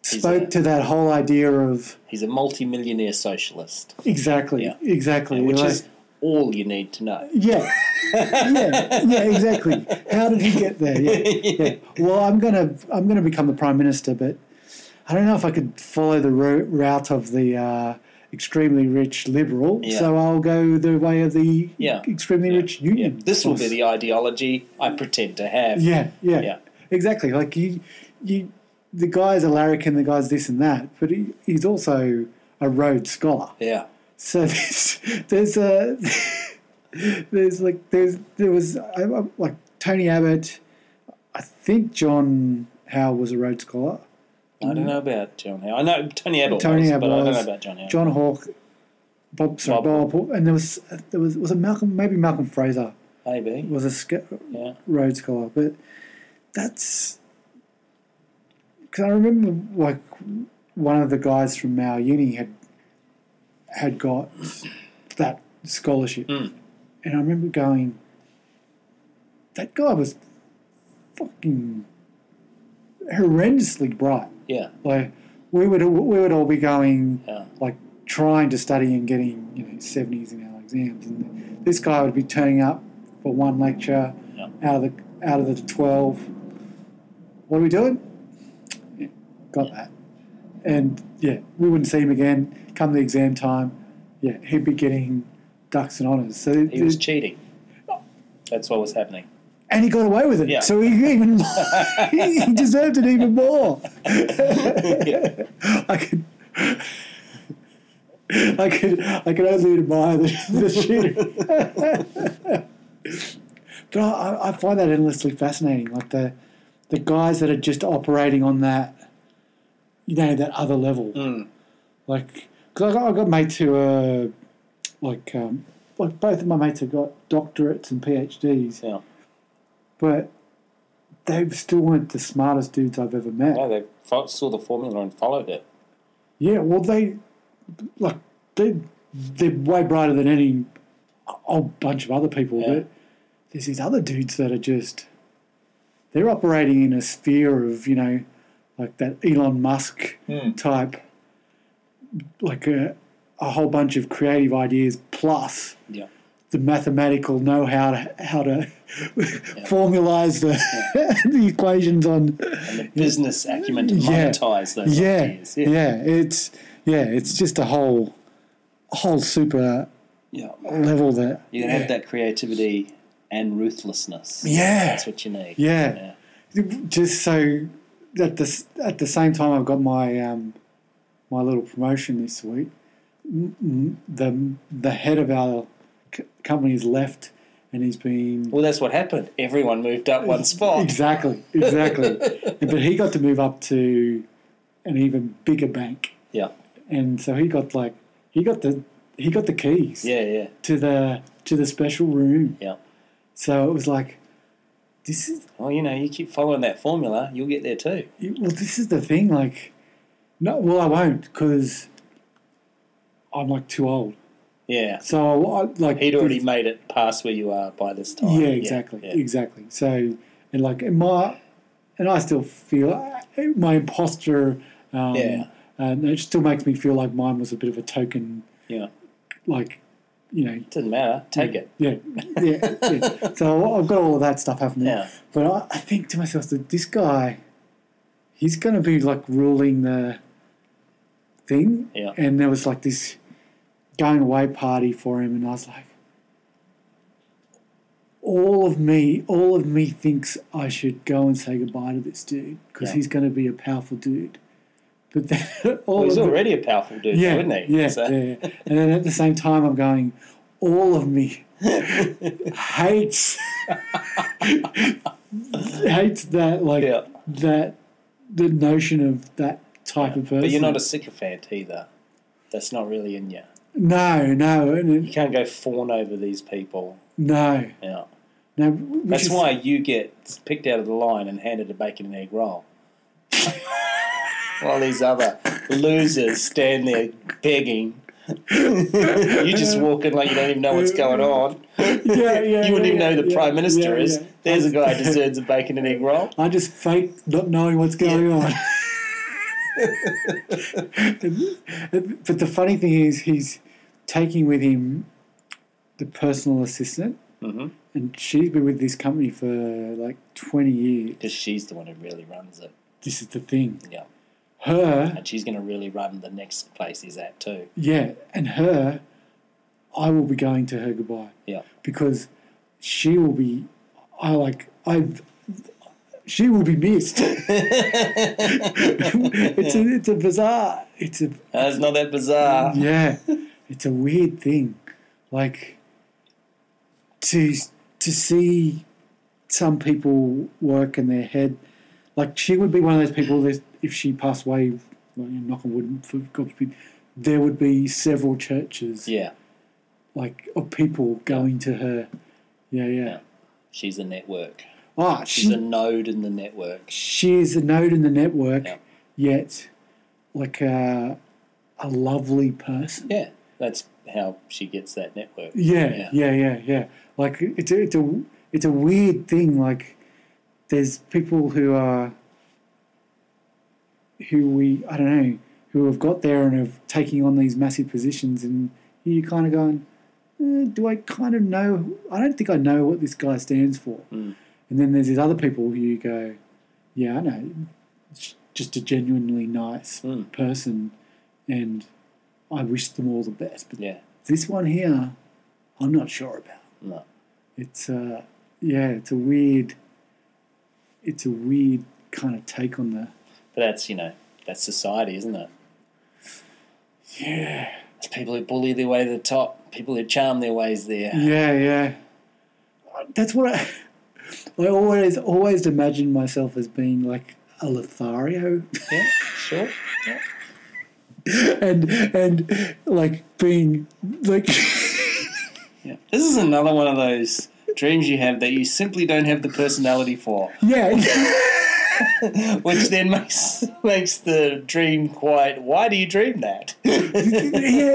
S4: spoke
S3: a-
S4: to that whole idea of
S3: He's a multimillionaire socialist,
S4: exactly,
S3: Yeah.
S4: exactly.
S3: which
S4: Like,
S3: is all you need to know.
S4: yeah, yeah, yeah, exactly. How did he get there? Yeah, yeah. Well, I'm gonna, I'm gonna become the prime minister, but I don't know if I could follow the ro- route of the. Uh, Extremely rich liberal,
S3: Yeah.
S4: so I'll go the way of the
S3: Yeah.
S4: extremely rich
S3: Yeah,
S4: union.
S3: this will
S4: force.
S3: be the ideology I pretend to have.
S4: Yeah, yeah,
S3: Yeah.
S4: exactly. Like you, you, the guy's a larrikin, the guy's this and that, but he, he's also a Rhodes scholar.
S3: Yeah.
S4: So there's, there's a, there's like there's there was I, I- like Tony Abbott, I think John Howe was a Rhodes scholar.
S3: I don't know about John Howe. I know Tony Abbott
S4: Tony
S3: was,
S4: Abbott
S3: but I don't know
S4: was,
S3: about John Howe.
S4: John Hawke, Bob, sorry,
S3: Bob.
S4: Bob, Hawke, and there was there was was it Malcolm maybe Malcolm Fraser
S3: Maybe.
S4: was a sca-
S3: Yeah.
S4: Rhodes Scholar, but that's because I remember like one of the guys from our uni had had got that scholarship, and I remember going, that guy was fucking horrendously bright.
S3: Yeah.
S4: Like we would we would all be going
S3: Yeah.
S4: like trying to study and getting you know seventies in our exams, and this guy would be turning up for one lecture
S3: Yeah.
S4: out of the out of the twelve. What are we doing? Yeah, got that. And yeah, we wouldn't see him again. Come the exam time, yeah, he'd be getting ducks and honours. So it-
S3: He was
S4: it-
S3: cheating. That's what was happening.
S4: and he got away with it.
S3: Yeah.
S4: So he even he he deserved it even more.
S3: Yeah.
S4: I could. I could I could only admire the, the shooter. but I- I, I find that endlessly fascinating. Like the the guys that are just operating on that, you know, that other level.
S3: Hmm.
S4: Like, because I got, I got mates who are like, um, like both of my mates have got doctorates and PhDs,
S3: Yeah.
S4: but they still weren't the smartest dudes I've ever met.
S3: No, they fo- saw the formula and followed it.
S4: Yeah, well, they like they they're way brighter than any whole bunch of other people.
S3: Yeah.
S4: But there's these other dudes that are just they're operating in a sphere of you know like that Elon Musk
S3: Hmm.
S4: type, like a a whole bunch of creative ideas plus
S3: Yeah.
S4: the mathematical know how to how to formalize the the equations on.
S3: Business acumen to
S4: Yeah.
S3: monetize those
S4: yeah,
S3: ideas.
S4: Yeah. it's yeah, it's just a whole whole super
S3: Yeah.
S4: level that
S3: You have that creativity and ruthlessness.
S4: Yeah.
S3: That's what you need.
S4: Yeah. just so at the s- at the same time I've got my um, my little promotion this week. M- m- The the head of our c- company has left, and he's been
S3: Well, that's what happened. Everyone moved up one spot.
S4: exactly exactly. but he got to move up to an even bigger bank,
S3: Yeah.
S4: and so he got like he got the he got the keys.
S3: Yeah, yeah,
S4: to the to the special room.
S3: yeah.
S4: So it was like, this is
S3: Well, you know, you keep following that formula, you'll get there too.
S4: well, this is the thing. Like, no, well, I won't because I'm like too old.
S3: Yeah.
S4: So I like
S3: He'd already made it past where you are by this time.
S4: yeah, exactly,
S3: yeah.
S4: exactly. So and like and my and I still feel uh, my imposter. Um,
S3: Yeah.
S4: And it still makes me feel like mine was a bit of a token,
S3: Yeah.
S4: like, you know,
S3: Doesn't matter. Take it.
S4: Yeah, yeah, yeah. So I've got all of that stuff happening.
S3: Yeah.
S4: But I, I think to myself that this guy, he's going to be like ruling the thing.
S3: Yeah.
S4: And there was like this going away party for him, and I was like, all of me, all of me thinks I should go and say goodbye to this dude because
S3: Yeah.
S4: he's going to be a powerful dude. But then all
S3: Well, he's
S4: of me-
S3: already a powerful dude,
S4: yeah,
S3: wouldn't he?
S4: Yeah,
S3: So-
S4: yeah, yeah. And then at the same time, I'm going, all of me hates hates that like
S3: Yeah.
S4: that the notion of that type of person.
S3: But you're not a sycophant either. That's not really in you.
S4: no, no, and
S3: You
S4: it-
S3: can't go fawn over these people.
S4: no,
S3: Yeah.
S4: no. which
S3: That's
S4: is-
S3: why you get picked out of the line and handed a bacon and egg roll. While these other losers stand there begging. you just walk in like you don't even know what's going on.
S4: yeah, yeah,
S3: You wouldn't even
S4: yeah,
S3: know who the
S4: yeah,
S3: Prime Minister
S4: yeah,
S3: is.
S4: yeah.
S3: There's a guy who deserves a bacon and egg roll.
S4: I just fake not knowing what's going on. but the funny thing is, he's taking with him the personal assistant, and she's been with this company for like 20 years.
S3: Because she's the one who really runs it.
S4: This is the thing.
S3: Yeah.
S4: Her,
S3: And she's going to really run the next place he's at too.
S4: yeah, and her, I will be going to her goodbye.
S3: Yeah.
S4: because she will be I like I she will be missed. it's a it's a bizarre it's a
S3: That's not that bizarre.
S4: yeah it's a weird thing like to to see some people work in their head like she would be one of those people that if she passed away well, you know, knock on wood for God's sake, there would be several churches
S3: Yeah.
S4: like of people going to her yeah yeah,
S3: Yeah. She's a network.
S4: Oh,
S3: She's
S4: she,
S3: a node in the network.
S4: she is a node in the network,
S3: Yeah.
S4: yet like a, a lovely person.
S3: Yeah, that's how she gets that network.
S4: Yeah, yeah, yeah, yeah. Like it's a, it's a it's a weird thing. Like there's people who are who we I don't know who have got there and have taking on these massive positions, and you kind of going, eh, do I kind of know? I don't think I know what this guy stands for. And then there's these other people who you go, yeah, I know, J- just a genuinely nice
S3: Mm.
S4: person, and I wish them all the best, but
S3: Yeah,
S4: this one here, I'm not sure about.
S3: no.
S4: It's uh, yeah, it's a weird, it's a weird kind of take on the
S3: But that's, you know, that's society, isn't it?
S4: yeah,
S3: It's people who bully their way to the top, people who charm their ways there.
S4: Yeah, yeah. That's what I, I always always imagined myself as being like a Lothario,
S3: Yeah, sure. Yeah.
S4: and and like being like
S3: Yeah. This is another one of those dreams you have that you simply don't have the personality for,
S4: yeah,
S3: which then makes makes the dream quite. Why do you dream that?
S4: yeah.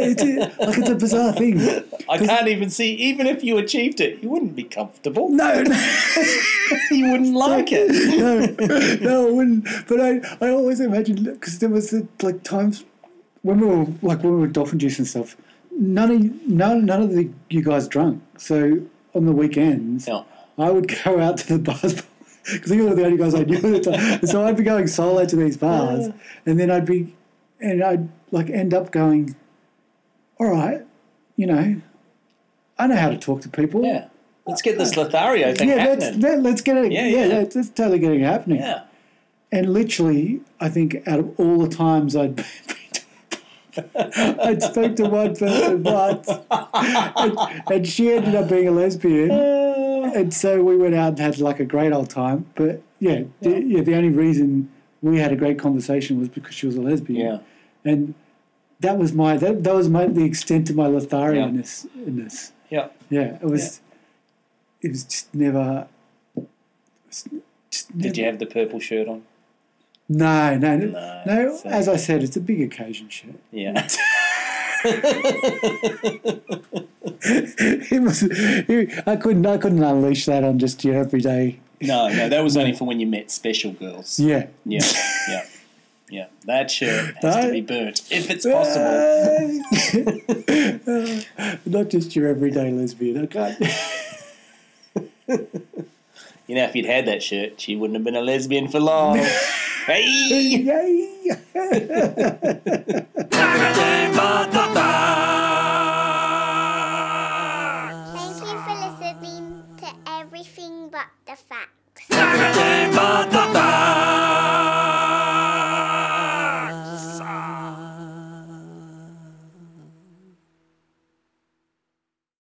S4: It's a, like it's a bizarre thing.
S3: I can't even see. Even if you achieved it, you wouldn't be comfortable.
S4: No, no.
S3: you wouldn't like it.
S4: no, no, I wouldn't. But I, I always imagined because there was like times when we were like when we were dolphin juice and stuff. None of none, none of the you guys drunk. So on the weekends,
S3: No.
S4: I would go out to the bars because you were the only guys I knew at the time. And so I'd be going solo to these bars, and then I'd be, and I'd like end up going, all right, you know, I know how to talk to people.
S3: Yeah. Let's get this Lothario thing
S4: Yeah, that's,
S3: happening.
S4: that, let's get it.
S3: Yeah,
S4: Yeah,
S3: yeah.
S4: That's, that's totally getting it happening.
S3: yeah.
S4: And literally, I think out of all the times I'd been I'd spoke to one person once, and, and she ended up being a lesbian.
S3: Uh,
S4: And so we went out and had like a great old time. But yeah, the, yeah, the only reason we had a great conversation was because she was a lesbian.
S3: Yeah.
S4: And that was my that, that was my the extent of my Lothario-ness. ness.
S3: Yeah.
S4: Yeah, it was. It was just never. it's Just never,
S3: Did you have the purple shirt on?
S4: no, no,
S3: No,
S4: no.
S3: so-
S4: as I said, it's a big occasion shirt.
S3: Yeah.
S4: It was. I couldn't. I couldn't unleash that on just your everyday.
S3: No, no, that was only for when you met special girls.
S4: Yeah.
S3: Yeah, yeah, yeah. That shirt has to
S4: Right.
S3: be burnt if it's possible.
S4: Not just your everyday lesbian. I can't.
S3: You know, if you'd had that shirt, she wouldn't have been a lesbian for long. hey,
S4: Yay!